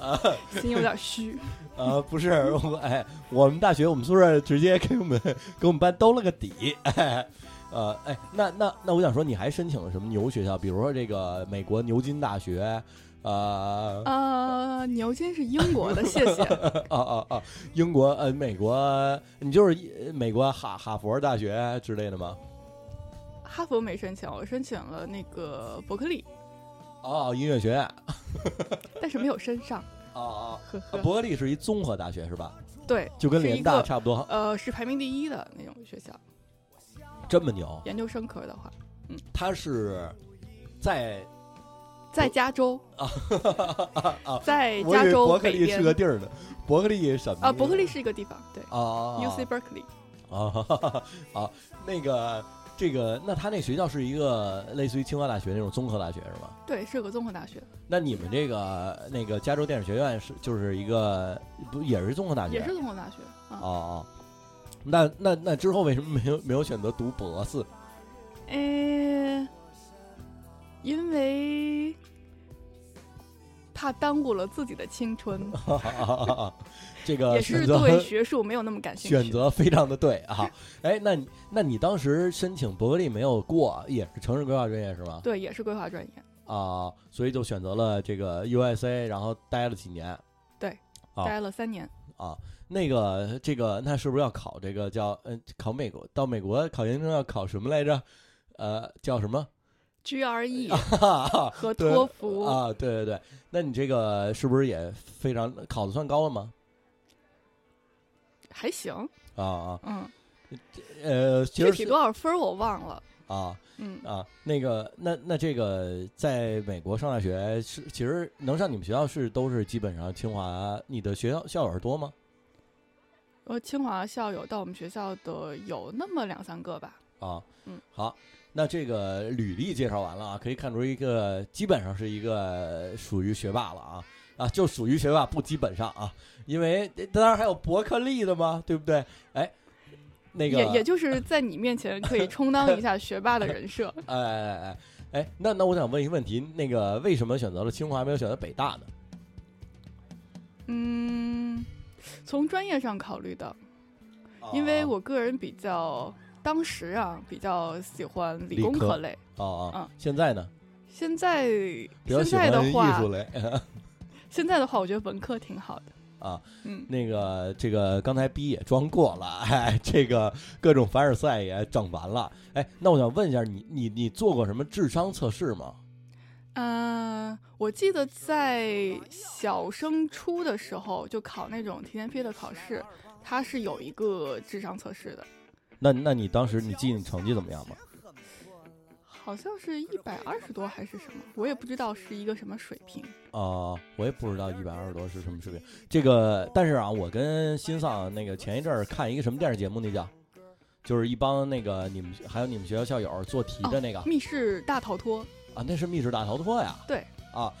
Speaker 3: 哦
Speaker 5: 心有点虚。
Speaker 3: 呃，不是，我哎，我们大学我们宿舍直接给我们给我们班兜了个底，哎，呃，哎，那那那我想说，你还申请了什么牛学校？比如说这个美国牛津大学，呃，啊
Speaker 5: 呃，牛津是英国的，谢谢。
Speaker 3: 啊啊，英国呃，美国，你就是一美国哈哈佛大学之类的吗？
Speaker 5: 哈佛没申请，我申请了那个伯克利，
Speaker 3: 哦，音乐学院，
Speaker 5: 但是没有申上。
Speaker 3: 哦
Speaker 5: 呵
Speaker 3: 哦，
Speaker 5: 呵，
Speaker 3: 伯克利是一综合大学是吧？
Speaker 5: 对，
Speaker 3: 就跟
Speaker 5: 是一
Speaker 3: 联大
Speaker 5: 个
Speaker 3: 差不多，
Speaker 5: 呃，是排名第一的那种学校，
Speaker 3: 这么牛。
Speaker 5: 研究生科的话，
Speaker 3: 他是在
Speaker 5: 在加州，
Speaker 3: 啊啊，
Speaker 5: 在
Speaker 3: 我以
Speaker 5: 加
Speaker 3: 为
Speaker 5: 州
Speaker 3: 伯克
Speaker 5: 北
Speaker 3: 利是个
Speaker 5: 边
Speaker 3: 地儿呢，伯克利什么
Speaker 5: 啊，伯克利是一个地方，对
Speaker 3: 啊啊
Speaker 5: ，UC Berkeley，
Speaker 3: 啊 啊啊，那个这个，那他那学校是一个类似于清华大学那种综合大学是吗？
Speaker 5: 对，是个综合大学，
Speaker 3: 那你们这个那个加州电影学院是就是一个不也是综合大学？
Speaker 5: 也是综合大学
Speaker 3: 啊
Speaker 5: 啊。
Speaker 3: 啊。那那那之后为什么没有没有选择读博士？
Speaker 5: 诶，呃因为怕耽误了自己的青春，
Speaker 3: 这个
Speaker 5: 也
Speaker 3: 啊选
Speaker 5: 是
Speaker 3: 择
Speaker 5: 对学术没有那么感兴趣。
Speaker 3: 选择非常的对啊！哎，那你那你当时申请伯克利没有过，也是城市规划专业是吗？
Speaker 5: 对，也是规划专业，
Speaker 3: 啊，所以就选择了这个 USA，然后待了几年。啊
Speaker 5: 待了三年。
Speaker 3: 啊，那个这个，那是不是要考这个叫嗯、考美国到美国考研究生要考什么来着？呃，叫什么？
Speaker 5: GRE E 和
Speaker 3: 对
Speaker 5: 托福，
Speaker 3: 啊，对对对，那你这个是不是也非常考的算高了吗？
Speaker 5: 还行，
Speaker 3: 啊啊，
Speaker 5: 嗯，
Speaker 3: 呃，其
Speaker 5: 具
Speaker 3: 实
Speaker 5: 体
Speaker 3: 是
Speaker 5: 多少分儿我忘了，
Speaker 3: 啊
Speaker 5: 嗯，
Speaker 3: 啊，那个那那这个在美国上大学是其实能上你们学校是都是基本上清华，你的学校校友多吗？
Speaker 5: 呃，清华校友到我们学校的有那么两三个吧，
Speaker 3: 啊，
Speaker 5: 嗯，
Speaker 3: 好，那这个履历介绍完了啊，可以看出一个基本上是一个属于学霸了啊啊，就属于学霸，不基本上啊，因为呃当然还有伯克利的嘛，对不对？哎，那个
Speaker 5: 也也就是在你面前可以充当 一下学霸的人设。
Speaker 3: 哎哎哎哎，那那我想问一个问题，那个为什么选择了清华没有选择北大呢？
Speaker 5: 嗯，从专业上考虑的，因
Speaker 3: 哦
Speaker 5: 为我个人比较当时啊比较喜欢理
Speaker 3: 理
Speaker 5: 工
Speaker 3: 科
Speaker 5: 科类，
Speaker 3: 哦哦
Speaker 5: 嗯，
Speaker 3: 现在呢，
Speaker 5: 现在
Speaker 3: 比较
Speaker 5: 现
Speaker 3: 喜
Speaker 5: 在
Speaker 3: 欢
Speaker 5: 的
Speaker 3: 艺
Speaker 5: 话
Speaker 3: 术，类。
Speaker 5: 现在的话我觉得文科挺好的
Speaker 3: 啊，
Speaker 5: 嗯，
Speaker 3: 那个这个刚才逼也装过了， 哎，这个各种凡尔赛也整完了，哎，那我想问一下你，你你做过什么智商测试吗？
Speaker 5: 嗯，我记得在小升初的时候，就考那种提前批的考试，它是有一个智商测试的，
Speaker 3: 那那你当时你记你成绩怎么样吗？
Speaker 5: 好像是一百二十多还是什么，我也不知道是一个什么水平。
Speaker 3: 啊、我也不知道一百二十多是什么水平。这个，但是啊，我跟新丧那个前一阵儿看一个什么电视节目，那叫就是一帮那个你们还有你们学校校友做题的那个、
Speaker 5: 哦密室大逃脱，
Speaker 3: 啊，那是密室大逃脱呀。
Speaker 5: 对
Speaker 3: 啊，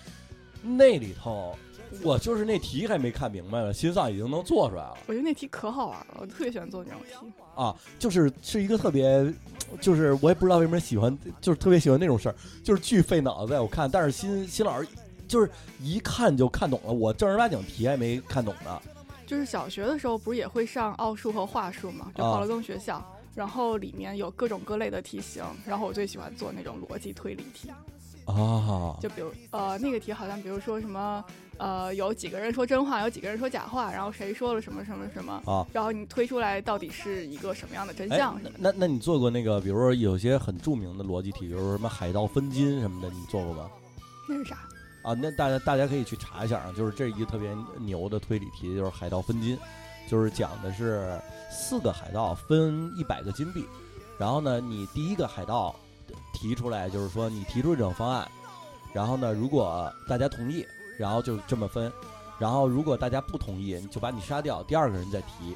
Speaker 3: 那里头我就是那题还没看明白了，新丧已经能做出来了。
Speaker 5: 我觉得那题可好玩了，我特别喜欢做这种题。
Speaker 3: 啊，就是是一个特别，就是我也不知道为什么喜欢，就是特别喜欢那种事儿，就是巨费脑子在我看，但是新新老师就是一看就看懂了，我正儿八经题还没看懂呢。
Speaker 5: 就是小学的时候不是也会上奥数和化数嘛，就
Speaker 3: 啊
Speaker 5: 跑了动学校。然后里面有各种各类的题型，然后我最喜欢做那种逻辑推理题，
Speaker 3: 啊，
Speaker 5: 就比如呃那个题好像比如说什么呃有几个人说真话，有几个人说假话，然后谁说了什么什么什么
Speaker 3: 啊哎
Speaker 5: 然后你推出来到底是一个什么样的真相什么的。
Speaker 3: 那那你做过那个，比如说有些很著名的逻辑题，比如说什么海盗分金什么的，你做过吗？
Speaker 5: 那是啥？
Speaker 3: 啊，那大家大家可以去查一下啊，就是这一个特别牛的推理题，就是海盗分金，就是讲的是四个海盗分一百个金币，然后呢，你第一个海盗提出来就是说你提出这种方案，然后呢，如果大家同意，然后就这么分，然后如果大家不同意，你就把你杀掉，第二个人再提。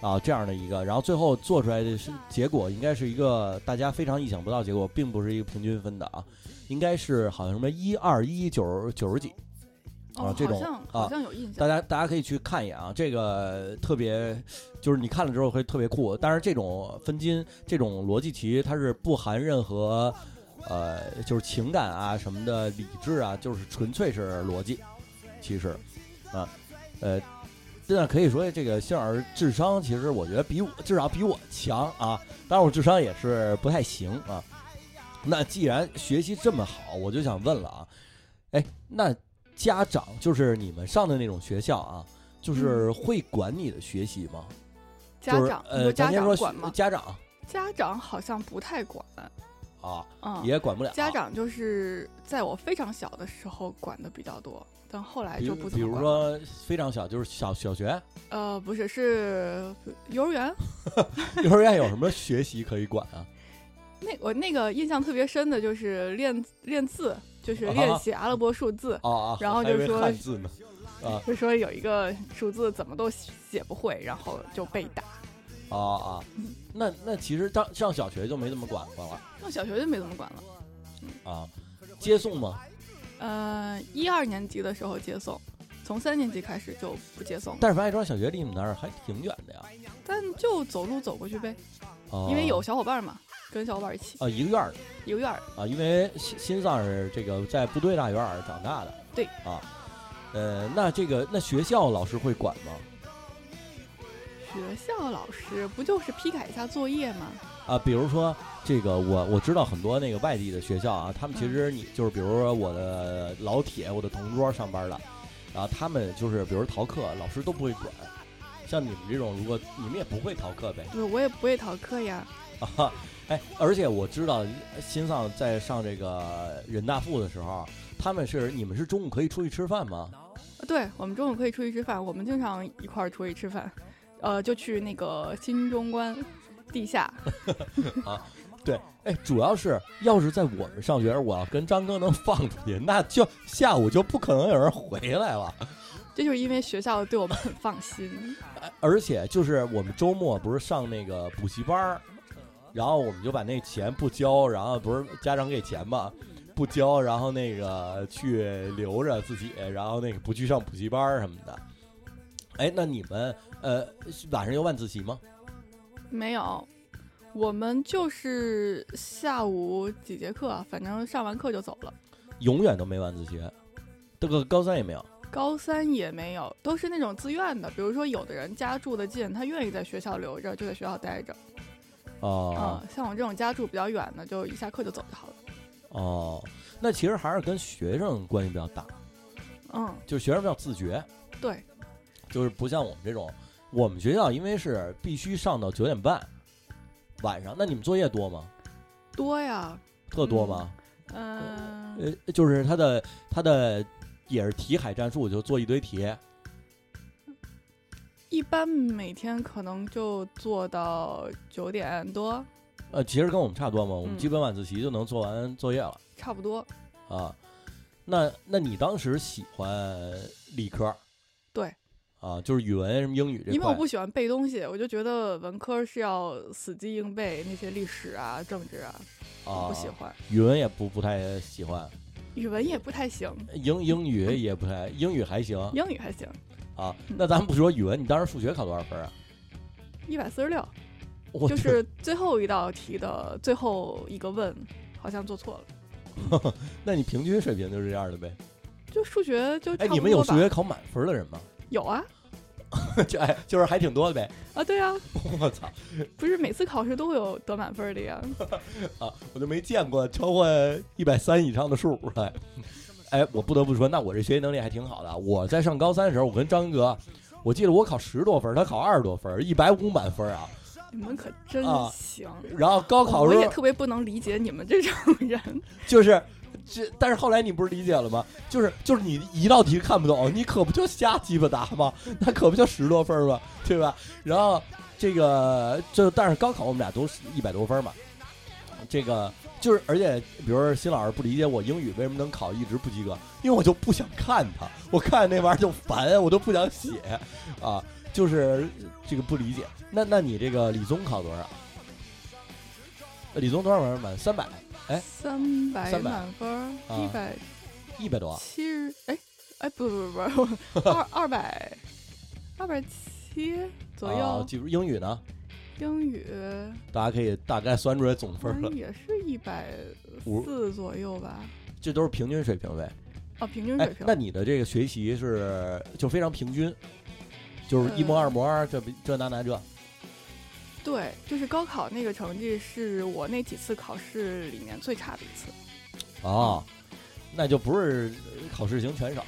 Speaker 3: 啊，这样的一个，然后最后做出来的是结果，应该是一个大家非常意想不到的结果，并不是一个平均分的啊。应该是好像什么一二一九十九十几，啊
Speaker 5: 哦，
Speaker 3: 这种
Speaker 5: 好像
Speaker 3: 啊
Speaker 5: 好像有印象。
Speaker 3: 大家大家可以去看一眼啊，这个特别就是你看了之后会特别酷。但是这种分金这种逻辑题，它是不含任何呃就是情感啊什么的理智啊，就是纯粹是逻辑，其实啊呃。真的可以说，这个杏儿智商其实我觉得比我至少比我强啊，当然我智商也是不太行啊。那既然学习这么好，我就想问了啊，哎，那家长就是你们上的那种学校啊，就是会管你的学习吗？
Speaker 5: 嗯家
Speaker 3: 就是
Speaker 5: 长，你
Speaker 3: 呃，咱
Speaker 5: 家
Speaker 3: 先说
Speaker 5: 长
Speaker 3: 学
Speaker 5: 管吗？
Speaker 3: 家长
Speaker 5: 家长好像不太管，
Speaker 3: 啊，
Speaker 5: 嗯，
Speaker 3: 也管不了。
Speaker 5: 家长就是在我非常小的时候管的比较多，但后来
Speaker 3: 比
Speaker 5: 就
Speaker 3: 如
Speaker 5: 不怎
Speaker 3: 比
Speaker 5: 么
Speaker 3: 如
Speaker 5: 管了。
Speaker 3: 说非常小，就是小小学、
Speaker 5: 呃，不是，是幼儿园。
Speaker 3: 幼儿园有什么学习可以管啊？
Speaker 5: 那我那个印象特别深的就是练练字，就是
Speaker 3: 啊
Speaker 5: 练习阿拉伯数字，
Speaker 3: 啊啊，
Speaker 5: 然后
Speaker 3: 还以
Speaker 5: 就
Speaker 3: 为
Speaker 5: 说
Speaker 3: 汉字呢，啊
Speaker 5: 就说有一个数字怎么都写不会，然后就被打。
Speaker 3: 啊啊，
Speaker 5: 嗯
Speaker 3: 那那其实上上小学就没怎么管过了
Speaker 5: 上小学就没怎么管了。
Speaker 3: 啊，接送吗？
Speaker 5: 呃，一二年级的时候接送，从三年级开始就不接送了，
Speaker 3: 但是白家庄小学离你们那儿还挺远的呀，
Speaker 5: 但就走路走过去呗，
Speaker 3: 啊
Speaker 5: 因为有小伙伴嘛，跟小伙伴一起
Speaker 3: 啊一个院儿的
Speaker 5: 一个院儿。
Speaker 3: 啊，因为新新藏是这个在部队大院儿长大的，
Speaker 5: 对
Speaker 3: 啊，呃，那这个那学校老师会管吗？
Speaker 5: 学校老师不就是批改一下作业吗？
Speaker 3: 啊，比如说这个我我知道很多那个外地的学校啊，他们其实你就是比如说我的老铁，我的同桌上班的，然后他们就是比如逃课，老师都不会管。像你们这种，如果你们也不会逃课呗
Speaker 5: 对，我也不会逃课呀。
Speaker 3: 啊，哎，而且我知道新丧在上这个人大附的时候，他们是你们是中午可以出去吃饭吗？
Speaker 5: 对我们中午可以出去吃饭，我们经常一块儿出去吃饭，呃，就去那个新中关地下。
Speaker 3: 对，哎，主要是要是在我们上学，我要跟张哥能放出去，那就下午就不可能有人回来了。
Speaker 5: 这就是因为学校对我们很放心。
Speaker 3: 而且就是我们周末不是上那个补习班儿，然后我们就把那钱不交，然后不是家长给钱嘛，不交，然后那个去留着自己，然后那个不去上补习班儿什么的。哎，那你们呃晚上有晚自习吗？
Speaker 5: 没有，我们就是下午几节课，啊反正上完课就走了。
Speaker 3: 永远都没晚自习，这个高三也没有
Speaker 5: 高三也没有，都是那种自愿的。比如说，有的人家住的近，他愿意在学校留着，就在学校待着。
Speaker 3: 哦
Speaker 5: 嗯，像我这种家住比较远的，就一下课就走就好了。
Speaker 3: 哦，那其实还是跟学生关系比较大，
Speaker 5: 嗯，
Speaker 3: 就是学生比较自觉，
Speaker 5: 对，
Speaker 3: 就是不像我们这种，我们学校因为是必须上到九点半晚上，那你们作业多吗？
Speaker 5: 多呀，
Speaker 3: 特多吗？
Speaker 5: 嗯、
Speaker 3: 呃，就是他的他的也是题海战术，就做一堆题
Speaker 5: 一般每天可能就做到九点多，
Speaker 3: 呃，其实跟我们差不多嘛，我们
Speaker 5: 嗯
Speaker 3: 基本晚自习就能做完作业了
Speaker 5: 差不多。
Speaker 3: 啊。那那你当时喜欢理科？
Speaker 5: 对。
Speaker 3: 啊，就是语文什么英语这块，
Speaker 5: 因为我不喜欢背东西，我就觉得文科是要死记硬背那些历史啊、政治啊，
Speaker 3: 啊
Speaker 5: 我不喜欢。
Speaker 3: 语文也不不太喜欢，
Speaker 5: 语文也不太行，
Speaker 3: 英英语也不太，英语还行
Speaker 5: 英嗯语还行，
Speaker 3: 啊。那咱们不说语文，你当时数学考多少分啊？
Speaker 5: 一百四十六，
Speaker 3: 我
Speaker 5: 就
Speaker 3: 去
Speaker 5: 是最后一道题的最后一个问，好像做错了。
Speaker 3: 那你平均水平就是这样的呗？
Speaker 5: 就数学就差
Speaker 3: 哎，
Speaker 5: 不多吧。
Speaker 3: 你们有数学考满分的人吗？
Speaker 5: 有啊，
Speaker 3: 就哎，就是还挺多的呗。
Speaker 5: 啊，对啊，
Speaker 3: 我操
Speaker 5: 不是每次考试都会有得满分的呀。
Speaker 3: 啊！我就没见过超过一百三以上的数。 哎，哎，我不得不说，那我这学习能力还挺好的。啊我在上高三的时候，我跟张哥，我记得我考十多分，他考二十多分，一百五满分啊。
Speaker 5: 你们可真
Speaker 3: 啊
Speaker 5: 行，
Speaker 3: 然后高考
Speaker 5: 我
Speaker 3: 时
Speaker 5: 也
Speaker 3: 候
Speaker 5: 特别不能理解你们这种人。
Speaker 3: 就是。这，但是后来你不是理解了吗？就是就是你一道题看不懂，你可不就瞎鸡巴答吗？那可不就十多分吗？对吧？然后这个就但是高考我们俩都是一百多分嘛，这个就是而且比如说新老师不理解我英语为什么能考一直不及格，因为我就不想看它，我看那玩意儿就烦，我都不想写啊，就是这个不理解。那那你这个理综考多少？理综多少分满？三百，哎，
Speaker 5: 三百
Speaker 3: 300
Speaker 5: 满分，
Speaker 3: 啊
Speaker 5: 一百
Speaker 3: 一百多。啊
Speaker 5: 七十，哎哎，不不不 不，二二百二百七左
Speaker 3: 啊
Speaker 5: 右。
Speaker 3: 记住英语呢，
Speaker 5: 英语
Speaker 3: 大家可以大概算出来总
Speaker 5: 好
Speaker 3: 分了
Speaker 5: 哎像，也是一百
Speaker 3: 五
Speaker 5: 四左右吧。
Speaker 3: 这都是平均水平呗。
Speaker 5: 哦，平均
Speaker 3: 哎
Speaker 5: 水，平
Speaker 3: 那。你的这个学习是就非常平均，就是一模
Speaker 5: 呃
Speaker 3: 二模二，这比这那那这
Speaker 5: 对，就是高考那个成绩是我那几次考试里面最差的一次，
Speaker 3: 啊，那就不是考试型全少，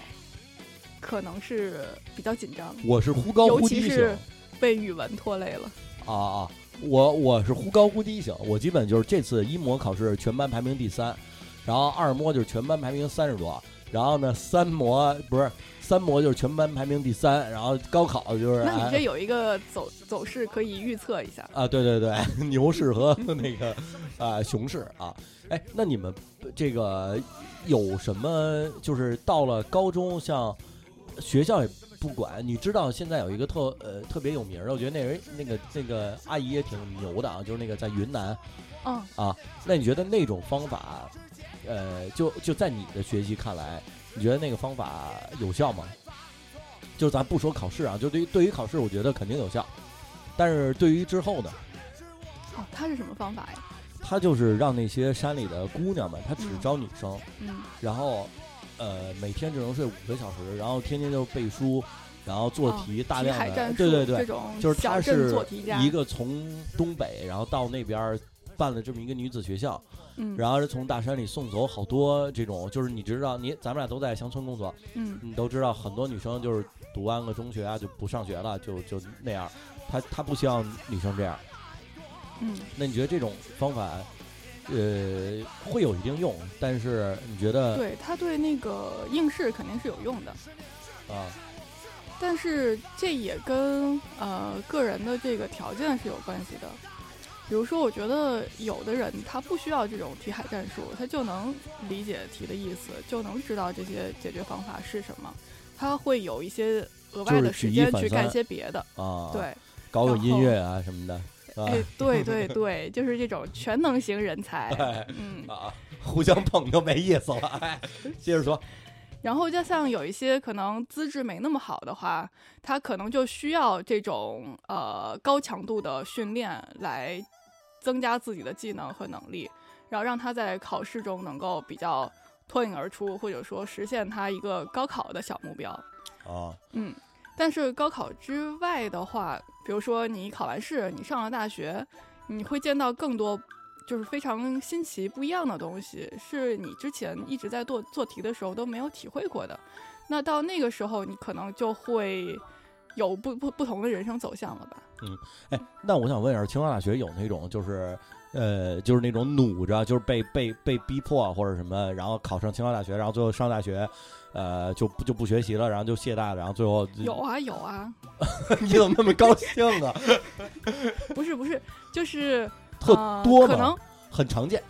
Speaker 5: 可能是比较紧张，
Speaker 3: 我是忽高
Speaker 5: 尤
Speaker 3: 忽
Speaker 5: 其
Speaker 3: 低型
Speaker 5: 是被语文拖累了。
Speaker 3: 啊啊，我我是忽高忽低型，我基本就是这次一模考试全班排名第三，然后二模就是全班排名三十多，然后呢三模不是三模就是全班排名第三，然后高考就是
Speaker 5: 那你
Speaker 3: 哎
Speaker 5: 这有一个走走势可以预测一下。
Speaker 3: 啊，对对对， 牛市和那个啊、熊市啊，哎，那你们这个有什么？就是到了高中，像学校也不管，你知道现在有一个特呃特别有名儿的，我觉得那人那个那个阿姨也挺牛的啊，就是那个在云南。
Speaker 5: 嗯，
Speaker 3: 那你觉得那种方法，呃，就就在你的学习看来，你觉得那个方法有效吗？就咱不说考试啊，就对于对于考试，我觉得肯定有效，但是对于之后呢？
Speaker 5: 哦，它是什么方法呀？
Speaker 3: 他就是让那些山里的姑娘们，他只
Speaker 5: 嗯
Speaker 3: 招女生，
Speaker 5: 嗯，
Speaker 3: 然后，呃，每天只能睡五个小时，然后天天就背书，然后做题，大
Speaker 5: 题
Speaker 3: 量
Speaker 5: 海
Speaker 3: 的，
Speaker 5: 战
Speaker 3: 对
Speaker 5: 术
Speaker 3: 对
Speaker 5: 这
Speaker 3: 对，
Speaker 5: 种
Speaker 3: 就是
Speaker 5: 小
Speaker 3: 他
Speaker 5: 镇
Speaker 3: 是
Speaker 5: 做题家，
Speaker 3: 一个从东北，然后到那边儿办了这么一个女子学校，
Speaker 5: 嗯，
Speaker 3: 然后是从大山里送走好多这种，就是你知道，你咱们俩都在乡村工作，
Speaker 5: 嗯
Speaker 3: 你都知道，很多女生就是读完个中学啊就不上学了，就就那样，他他不希望女生这样。
Speaker 5: 嗯，
Speaker 3: 那你觉得这种方法，呃，会有一定用，但是你觉得
Speaker 5: 嗯对，它对那个应试肯定是有用的，
Speaker 3: 啊，
Speaker 5: 但是这也跟呃个人的这个条件是有关系的。比如说，我觉得有的人他不需要这种题海战术，他就能理解题的意思，就能知道这些解决方法是什么，他会有一些额外
Speaker 3: 就是
Speaker 5: 的
Speaker 3: 举
Speaker 5: 时
Speaker 3: 一
Speaker 5: 间
Speaker 3: 反
Speaker 5: 去干
Speaker 3: 三
Speaker 5: 些别的。
Speaker 3: 啊，，
Speaker 5: 对，
Speaker 3: 搞搞
Speaker 5: 然
Speaker 3: 音
Speaker 5: 后
Speaker 3: 乐啊什么的，啊
Speaker 5: 哎，对对对，就是这种全能型人 才。
Speaker 3: 哎
Speaker 5: 嗯，
Speaker 3: 啊，互相捧就没意思了。哎，接着说，
Speaker 5: 然后就像有一些可能资质没那么好的话，他可能就需要这种呃高强度的训练来增加自己的技能和能力，然后让他在考试中能够比较脱颖而出，或者说实现他一个高考的小目标。
Speaker 3: 啊
Speaker 5: 嗯，但是高考之外的话，比如说你考完试，你上了大学，你会见到更多就是非常新奇不一样的东西，是你之前一直在做做题的时候都没有体会过的。那到那个时候，你可能就会有不不不同的人生走向了吧？
Speaker 3: 哎，那我想问一下，清华大学有那种就是。呃，就是那种努着，就是被被被逼迫或者什么，然后考上清华大学，然后最后上大学，呃，就不就不学习了，然后就懈怠，然后最后
Speaker 5: 有，啊有啊，
Speaker 3: 你怎么那么高兴啊？
Speaker 5: 不是不是，就是
Speaker 3: 特
Speaker 5: 呃
Speaker 3: 多
Speaker 5: 可
Speaker 3: 吗
Speaker 5: 能
Speaker 3: 很常见。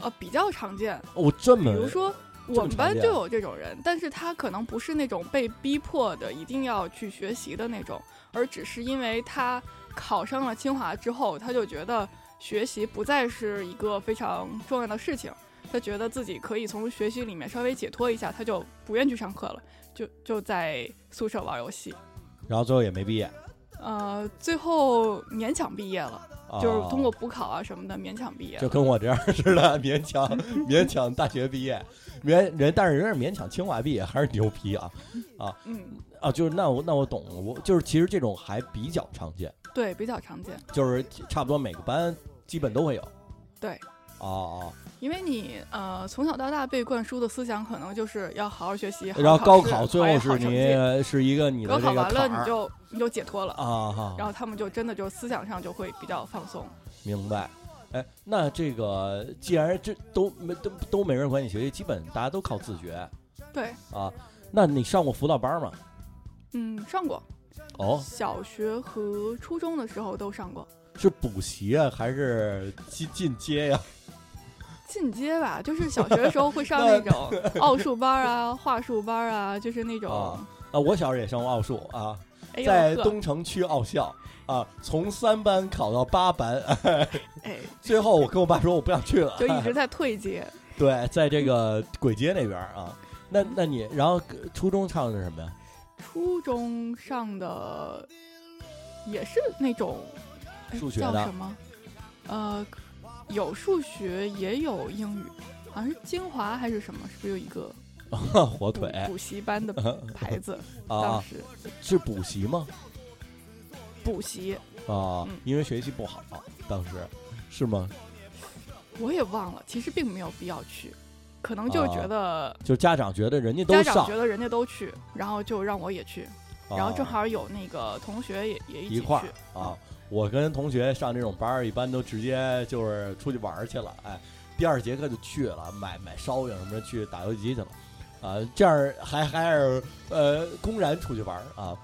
Speaker 5: 呃比较常见，
Speaker 3: 我这
Speaker 5: 比
Speaker 3: 么
Speaker 5: 如说
Speaker 3: 这么
Speaker 5: 我们
Speaker 3: 常
Speaker 5: 班
Speaker 3: 见
Speaker 5: 就有这种人，但是他可能不是那种被逼迫的一定要去学习的那种，而只是因为他考上了清华之后，他就觉得学习不再是一个非常重要的事情，他觉得自己可以从学习里面稍微解脱一下，他就不愿去上课了，就就在宿舍玩游戏。
Speaker 3: 然后最后也没毕业
Speaker 5: 呃，最后勉强毕业了，就是通过补考啊什么的勉强毕业
Speaker 3: 哦就。跟我这样似的， 勉强勉强大学毕业，勉人但是人家勉强清华毕业还是牛逼啊
Speaker 5: 嗯，
Speaker 3: 啊！就是那我那我懂了，我就是其实这种还比较常见，
Speaker 5: 对，比较常见。
Speaker 3: 就是差不多每个班基本都会有。
Speaker 5: 对，
Speaker 3: 哦
Speaker 5: 因为你呃从小到大被灌输的思想可能就是要好好学习，
Speaker 3: 哦，
Speaker 5: 好
Speaker 3: 然后
Speaker 5: 好
Speaker 3: 高
Speaker 5: 考
Speaker 3: 考
Speaker 5: 试
Speaker 3: 最
Speaker 5: 考一
Speaker 3: 后
Speaker 5: 好
Speaker 3: 是
Speaker 5: 成绩
Speaker 3: 你是一个你的
Speaker 5: 高
Speaker 3: 这
Speaker 5: 考
Speaker 3: 个
Speaker 5: 完了
Speaker 3: 坎
Speaker 5: 你
Speaker 3: 儿
Speaker 5: 就你就解脱了，
Speaker 3: 啊哈，
Speaker 5: 然后他们就真的就思想上就会比较放松。
Speaker 3: 明白。哎，那这个既然这都没都都没人管你学习，基本大家都靠自学
Speaker 5: 对，
Speaker 3: 啊。那你上过辅导班吗？
Speaker 5: 嗯，上过
Speaker 3: 哦，
Speaker 5: 小学和初中的时候都上过
Speaker 3: 是补习啊，还是进进阶呀、
Speaker 5: 进阶吧，就是小学的时候会上那种奥数班啊、 话术班啊，就是那种
Speaker 3: 啊啊，我小时候也上过奥数啊，
Speaker 5: 哎呦
Speaker 3: 在
Speaker 5: 呵，
Speaker 3: 东城区奥校啊，从三班考到八班，
Speaker 5: 哎，
Speaker 3: 最后我跟我爸说我不想去了，
Speaker 5: 就一直在退阶。
Speaker 3: 对，在这个簋街那边啊。那那你然后初中上的是什么呀？
Speaker 5: 初中上的也是那种哎
Speaker 3: 数学
Speaker 5: 叫
Speaker 3: 的
Speaker 5: 什么？呃，有数学也有英语，好像是清华还是什么？是不是有一个
Speaker 3: 火
Speaker 5: 补
Speaker 3: 腿
Speaker 5: 补习 班的牌子？当
Speaker 3: 啊，
Speaker 5: 时
Speaker 3: 是补习吗？
Speaker 5: 补习
Speaker 3: 啊
Speaker 5: 嗯，
Speaker 3: 因为学习不好，当时是吗？
Speaker 5: 我也忘了，其实并没有必要去，可能就是觉得
Speaker 3: 就家长觉得人家
Speaker 5: 家
Speaker 3: 啊都
Speaker 5: 长
Speaker 3: 上
Speaker 5: 觉，得人家都去，然后就让我也去，然后正
Speaker 3: 啊
Speaker 5: 好有那个同学也也
Speaker 3: 一
Speaker 5: 起
Speaker 3: 块
Speaker 5: 去。
Speaker 3: 儿啊。我跟同学上这种班儿，一般都直接就是出去玩儿去了，哎，第二节课就去了，买买烧饼什么的，去打游戏机去了，啊，这样儿还还是呃公然出去玩儿啊。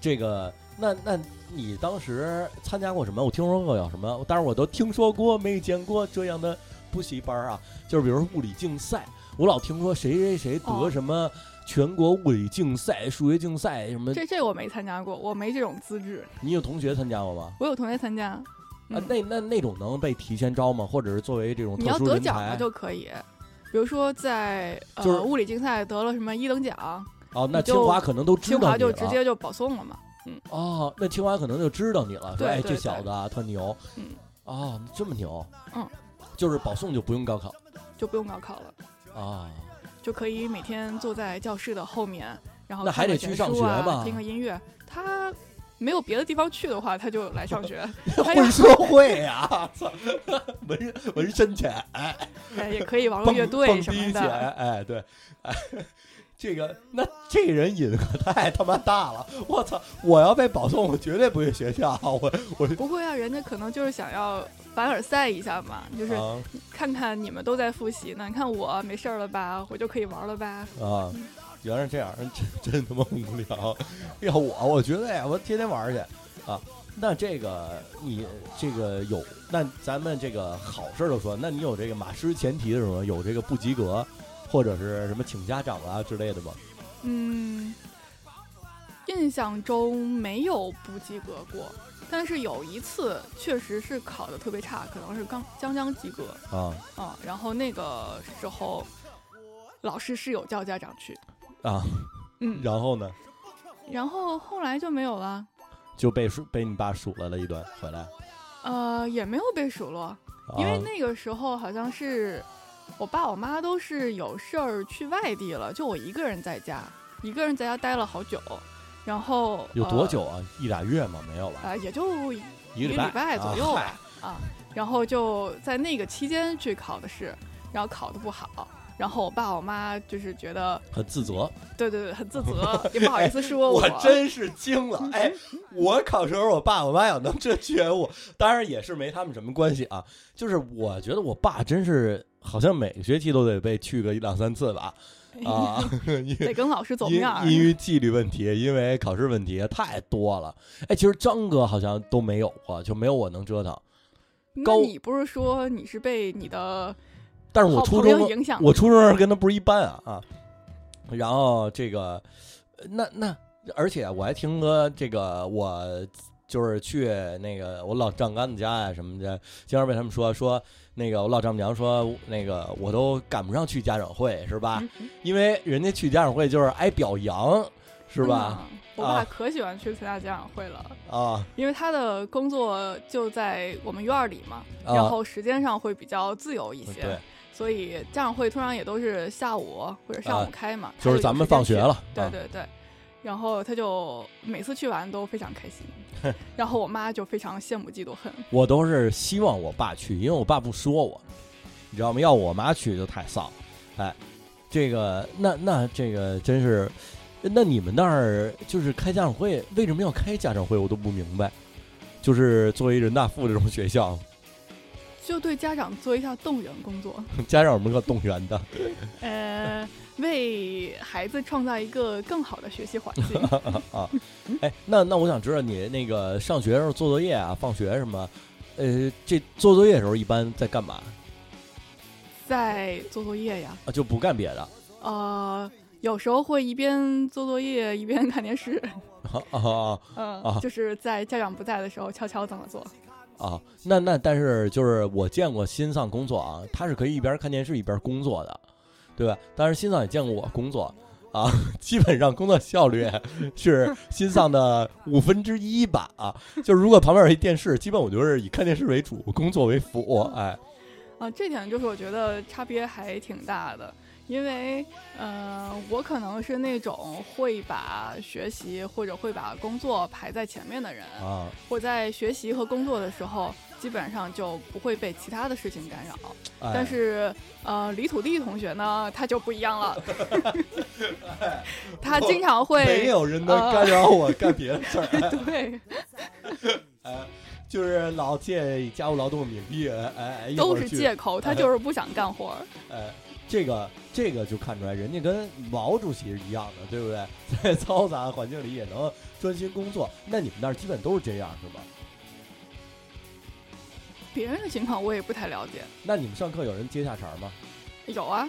Speaker 3: 这个，那那你当时参加过什么？我听说过有什么，但是我都听说过，没见过这样的补习班儿啊。就是比如说物理竞赛，我老听说谁谁谁得
Speaker 5: 哦
Speaker 3: 什么全国物理竞赛、数学竞赛什么，
Speaker 5: 这这我没参加过，我没这种资质。
Speaker 3: 你有同学参加过吗？
Speaker 5: 我有同学参加，
Speaker 3: 啊
Speaker 5: 嗯，
Speaker 3: 那那那种能被提前招吗？或者是作为这种
Speaker 5: 你
Speaker 3: 特
Speaker 5: 要
Speaker 3: 殊
Speaker 5: 得
Speaker 3: 人
Speaker 5: 奖了
Speaker 3: 才？
Speaker 5: 就可以。比如说在呃、
Speaker 3: 就是
Speaker 5: 物理竞赛得了什么一等奖，
Speaker 3: 哦，那
Speaker 5: 你
Speaker 3: 清
Speaker 5: 就
Speaker 3: 华可能都知道
Speaker 5: 清
Speaker 3: 你了。
Speaker 5: 华就直接就保送了嘛。
Speaker 3: 哦，那清华可能就知道你了，说
Speaker 5: 对
Speaker 3: 哎
Speaker 5: 对
Speaker 3: 这
Speaker 5: 对
Speaker 3: 小子啊特牛，
Speaker 5: 嗯，
Speaker 3: 哦这么牛，
Speaker 5: 嗯，
Speaker 3: 就是保送就不用高考
Speaker 5: 就不用高考了，
Speaker 3: 啊，
Speaker 5: 就可以每天坐在教室的后面，然后
Speaker 3: 那还
Speaker 5: 看
Speaker 3: 得
Speaker 5: 个
Speaker 3: 去
Speaker 5: 闲
Speaker 3: 上
Speaker 5: 书
Speaker 3: 学
Speaker 5: 啊
Speaker 3: 吧
Speaker 5: 听个音乐。他没有别的地方去的话，他就来上 学，哎呀
Speaker 3: 会说会呀， 操，纹纹身去，哎，
Speaker 5: 哎，也可以玩个
Speaker 3: 蹦
Speaker 5: 乐
Speaker 3: 蹦
Speaker 5: 队什
Speaker 3: 迪
Speaker 5: 么
Speaker 3: 去，
Speaker 5: 的。
Speaker 3: 哎，对， 哎。这个，那这人瘾可太他妈大了！我操，我要被保送，我绝对不去学校。我我
Speaker 5: 不会啊，人家可能就是想要凡尔赛一下嘛，就是
Speaker 3: 啊
Speaker 5: 看看你们都在复习呢，你看我没事儿了吧，我就可以玩了吧。
Speaker 3: 啊，原来是这样，真真他妈无聊。要我，我觉得呀，我天天玩儿去啊。那这个你这个有，那咱们这个好事儿都说，那你有这个马失前蹄的时候，有这个不及格，或者是什么请家长啊之类的吗？
Speaker 5: 嗯，印象中没有不及格过，但是有一次确实是考的特别差，可能是刚将将及格
Speaker 3: 啊
Speaker 5: 啊、然后那个时候，老师是有叫家长去，
Speaker 3: 啊，
Speaker 5: 嗯，
Speaker 3: 然后呢
Speaker 5: 然后后来就没有了，
Speaker 3: 就被数被你爸数落了一顿回来，
Speaker 5: 呃，也没有被数落，
Speaker 3: 啊、
Speaker 5: 因为那个时候好像是我爸我妈都是有事儿去外地了，就我一个人在家，一个人在家待了好久，然后
Speaker 3: 有多
Speaker 5: 呃
Speaker 3: 久啊？一俩月吗？没有吧？
Speaker 5: 啊，也就一
Speaker 3: 一个
Speaker 5: 礼
Speaker 3: 礼拜
Speaker 5: 左
Speaker 3: 啊
Speaker 5: 右
Speaker 3: 嗨
Speaker 5: 吧啊然后就在那个期间去考的试，然后考的不好，然后我爸我妈就是觉得，
Speaker 3: 很自责，
Speaker 5: 对对对，很 自责，也不好意思说
Speaker 3: 我真是惊了！哎，我考时候，我爸我妈要能这觉悟，当然也是没他们什么关系啊。就是我觉得我爸真是好像每个学期都得被去个一两三次 吧，啊，因
Speaker 5: 得哎跟老师走
Speaker 3: 因
Speaker 5: 面儿，
Speaker 3: 因为纪律问题，因为考试问题太多了。哎，其实张哥好像都没有过，就没有我能折腾。
Speaker 5: 那
Speaker 3: 高
Speaker 5: 你不是说你是被你的
Speaker 3: 但是我
Speaker 5: 好
Speaker 3: 初
Speaker 5: 朋友
Speaker 3: 中
Speaker 5: 影响的？
Speaker 3: 我初中时跟他不是一般啊啊。然后这个，呃那那，而且我还听说这个，我就是去那个我老丈干子家呀、什么的，经常被他们说说那个我老丈母娘说那个我啊都赶不上去家长会是吧？
Speaker 5: 嗯嗯
Speaker 3: 因为人家去家长会就是挨表扬。是吧？
Speaker 5: 嗯？我
Speaker 3: 啊
Speaker 5: 爸可喜欢去参加家长会了，
Speaker 3: 啊，
Speaker 5: 因为他的工作就在我们院儿里嘛，
Speaker 3: 啊
Speaker 5: 然后时间上会比较自由一些，
Speaker 3: 对，
Speaker 5: 所以家长会通常也都是下午或者上
Speaker 3: 啊
Speaker 5: 午开嘛，他
Speaker 3: 就是
Speaker 5: 有
Speaker 3: 咱们
Speaker 5: 时间
Speaker 3: 放学
Speaker 5: 去
Speaker 3: 了啊
Speaker 5: 对对对，然后他就每次去完都非常开心，然后我妈就非常羡慕嫉妒恨，
Speaker 3: 我都是希望我爸去，因为我爸不说我，你知道吗？要我妈去就太丧，哎，这个那那这个真是，那你们那儿就是开家长会，为什么要开家长会？我都不明白。就是作为人大附这种学校，
Speaker 5: 就对家长做一下动员工作，
Speaker 3: 家长有什么可动员的？
Speaker 5: 呃，为孩子创造一个更好的学习环 境。
Speaker 3: 哎，那那我想知道你那个上学时候做作业啊，放学什么，呃，这做作业的时候一般在干嘛？
Speaker 5: 在做作业呀，
Speaker 3: 啊，就不干别的。
Speaker 5: 呃，有时候会一边做作业一边看电视，
Speaker 3: 啊啊
Speaker 5: 嗯、
Speaker 3: 啊
Speaker 5: 就是在家长不在的时候悄悄这么做。
Speaker 3: 啊！那那但是就是我见过新丧工作啊，他是可以一边看电视一边工作的，对吧？但是新丧也见过我工作啊， 基本上工作效率是新丧的五分之一吧啊。就是如果旁边有一电视，基本我就是以看电视为主，工作为辅。哎，
Speaker 5: 啊，这点就是我觉得差别还挺大的，因为呃，我可能是那种会把学习或者会把工作排在前面的人。
Speaker 3: 啊
Speaker 5: 我在学习和工作的时候，基本上就不会被其他的事情干扰。
Speaker 3: 哎
Speaker 5: 但是呃，李土地同学呢，他就不一 样了，他经常会
Speaker 3: 没有人能干扰我干别的事儿。哎
Speaker 5: 对，
Speaker 3: 就是老借家务劳动免币，哎，哎一会
Speaker 5: 都
Speaker 3: 儿
Speaker 5: 是
Speaker 3: 去
Speaker 5: 借口，他就是不想干活儿。
Speaker 3: 哎，这个这个就看出来，人家跟毛主席是一样的，对不对？ 在嘈杂环境里也能专心工作。那你们那儿基本都是这样，是吧？
Speaker 5: 别人的情况我也不太了解。
Speaker 3: 那你们上课有人接下茬吗？
Speaker 5: 有啊，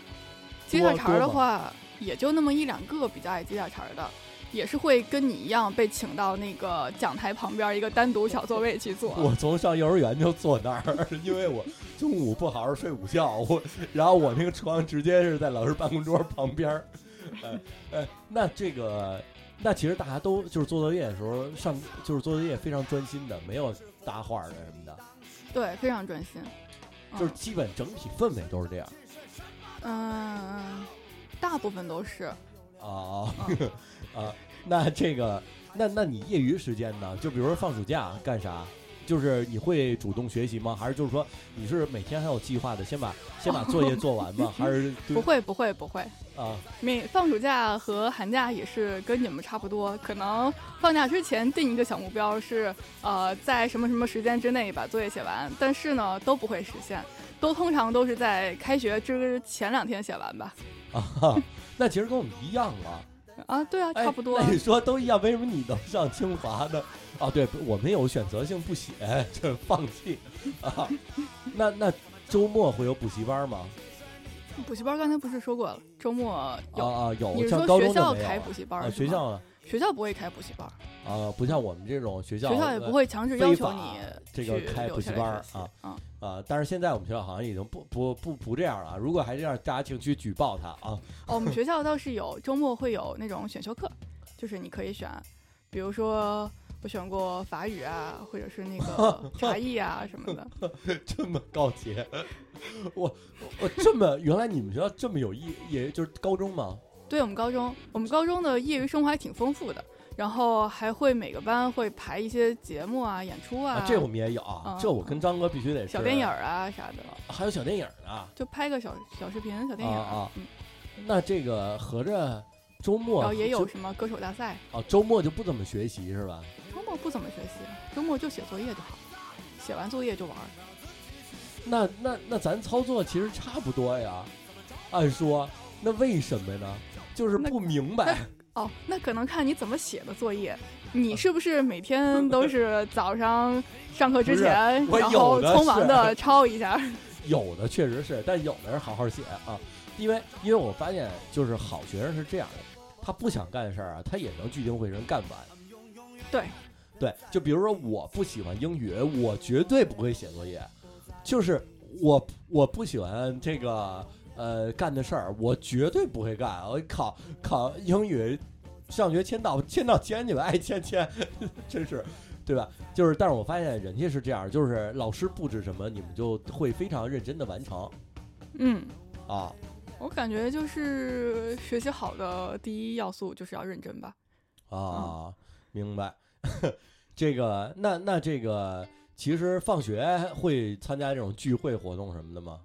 Speaker 5: 接
Speaker 3: 多
Speaker 5: 下茬儿的
Speaker 3: 多吗
Speaker 5: 话，也就那么一两个比较爱接下茬儿的，也是会跟你一样被请到那个讲台旁边儿一个单独小座位去坐。
Speaker 3: 我从上幼儿园就坐那儿， 因为我中午不好好睡午觉，我然后我那个床直接是在老师办公桌旁边儿。呃呃，那这个，那其实大家都就是做作业的时候上，就是做作业非常专心的，没有搭话儿的什么的，
Speaker 5: 对，非常专心。
Speaker 3: 就是基本整体氛围都是这样。
Speaker 5: 嗯，大部分都是。
Speaker 3: 哦， 啊，那这个，那那你业余时间呢？就比如说放暑假啊干啥？就是你会主动学习吗？还是就是说你是每天还有计划的，先把先把作业做完吗？还是
Speaker 5: 不会，不会，不会。
Speaker 3: 啊
Speaker 5: 每嗯放暑假和寒假也是跟你们差不多，可能放假之前定一个小目标是，呃，在什么什么时间之内把作业写完，但是呢都不会实现，都通常都是在开学之前两天写完吧。
Speaker 3: 啊？那其实跟我们一样啊，
Speaker 5: 啊，对啊，
Speaker 3: 哎
Speaker 5: 差不多。
Speaker 3: 那你说都一样，为什么你能上清华呢？啊，对我们有选择性不写，就是放弃啊。那那周末会有补习班吗？
Speaker 5: 补习班刚才不是说过了，周末有。
Speaker 3: 啊啊，
Speaker 5: 你
Speaker 3: 有，
Speaker 5: 是
Speaker 3: 上
Speaker 5: 说
Speaker 3: 高
Speaker 5: 学
Speaker 3: 中
Speaker 5: 校
Speaker 3: 就没有
Speaker 5: 开
Speaker 3: 了
Speaker 5: 补习班
Speaker 3: 啊，
Speaker 5: 是
Speaker 3: 学
Speaker 5: 吗
Speaker 3: 校呢
Speaker 5: 学校不会开补习班，
Speaker 3: 啊，不像我们这种学校
Speaker 5: 学校也
Speaker 3: 呃
Speaker 5: 不会强制
Speaker 3: 非
Speaker 5: 要求
Speaker 3: 法
Speaker 5: 你
Speaker 3: 这个
Speaker 5: 去
Speaker 3: 开
Speaker 5: 留
Speaker 3: 补
Speaker 5: 下
Speaker 3: 习
Speaker 5: 来
Speaker 3: 班儿
Speaker 5: 学习
Speaker 3: 啊。
Speaker 5: 嗯，
Speaker 3: 啊，但是现在我们学校好像已经不不不不这样了。啊如果还这样，大家请去举报他啊！
Speaker 5: 哦，我们学校倒是有周末会有那种选修课，就是你可以选，比如说我选过法语啊，或者是那 个茶艺啊什么的。
Speaker 3: 这么高洁，我我这么原来你们学校这么有意，也就是高中嘛
Speaker 5: 对我们高中，我们高中的业余生活还挺丰富的，然后还会每个班会排一些节目啊、演出啊，嗯
Speaker 3: 啊，这我们也有啊，这我跟张哥必须得
Speaker 5: 小
Speaker 3: 是
Speaker 5: 电影，儿啊啥的，
Speaker 3: 还有小电影呢。
Speaker 5: 就拍个小小视频、小电影儿
Speaker 3: 啊啊
Speaker 5: 嗯，
Speaker 3: 那这个合着周末
Speaker 5: 然后哦也有
Speaker 3: 就
Speaker 5: 什么歌手大赛。
Speaker 3: 啊，周末就不怎么学习是吧？
Speaker 5: 周末不怎么学习，周末就写作业就好，写完作业就玩儿。
Speaker 3: 那那那咱操作其实差不多呀，按说那为什么呢？就是
Speaker 5: 那
Speaker 3: 不明白。
Speaker 5: 哦，那可能看你怎么写的作业。你是不是每天都是早上上课之前，
Speaker 3: 不是我
Speaker 5: 然
Speaker 3: 有
Speaker 5: 后
Speaker 3: 的
Speaker 5: 匆忙
Speaker 3: 是
Speaker 5: 的抄 一下？
Speaker 3: 有的确实是，但有的人好好写啊，因为因为我发现就是好学生是这样的，他不想干的事儿啊，他也能聚精会神干完。
Speaker 5: 对，
Speaker 3: 对，就比如说我不喜欢英语，我绝对不会写作业，就是我我不喜欢这个呃干的事儿，我绝对不会干。我考考英语上学签到签到签去吧，爱签签， 真是，对吧？就是，但是我发现人家是这样，就是老师布置什么，你们就会非常认真的完成
Speaker 5: 嗯，
Speaker 3: 啊。
Speaker 5: 我感觉就是学习好的第一要素就是要认真吧。嗯
Speaker 3: 啊，明白。 这个，那那这个，其实放学会参加这种聚会活动什么的吗？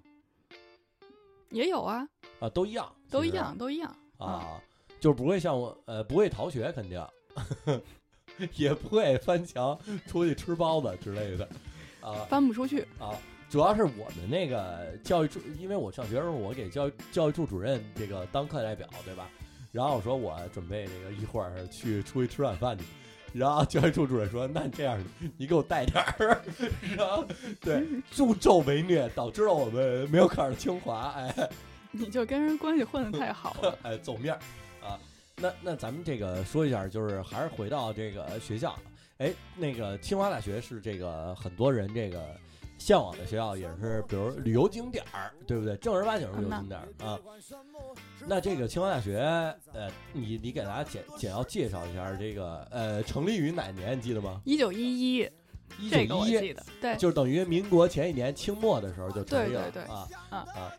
Speaker 5: 也有啊，
Speaker 3: 啊，都一样，
Speaker 5: 都
Speaker 3: 其
Speaker 5: 一
Speaker 3: 实
Speaker 5: 样，都嗯一样。
Speaker 3: 啊，就是不会像我，呃，不会逃学，肯定， 也不会翻墙出去吃包子之类的，啊
Speaker 5: 翻不出去，
Speaker 3: 啊。主要是我们那个教育处，因为我上学的时候，我给教育教育处主任这个当课代表，对吧？然后我说我准备这个一会儿去出去吃晚饭去，然后教育处主任说：“那这样，你给我带点儿。” 然后对助纣为虐，导致了我们没有考上清华，哎，
Speaker 5: 你就跟人关系混得太好 了。
Speaker 3: 哎，走面儿啊。那那咱们这个说一下，就是还是回到这个学校。哎，那个清华大学是这个很多人这个向往的学校，也是比如旅游景点儿，对不对？正儿八经的旅游景点儿啊。那这个清华大学，呃，你你给大家简简要介绍一下这个，呃，成立于哪年？你记得吗？
Speaker 5: 一九一一，
Speaker 3: 一九
Speaker 5: 这个我
Speaker 3: 一
Speaker 5: 记
Speaker 3: 一，
Speaker 5: 得。对，
Speaker 3: 就是等于民国前一年清末的时候就成立了
Speaker 5: 对对对
Speaker 3: 啊。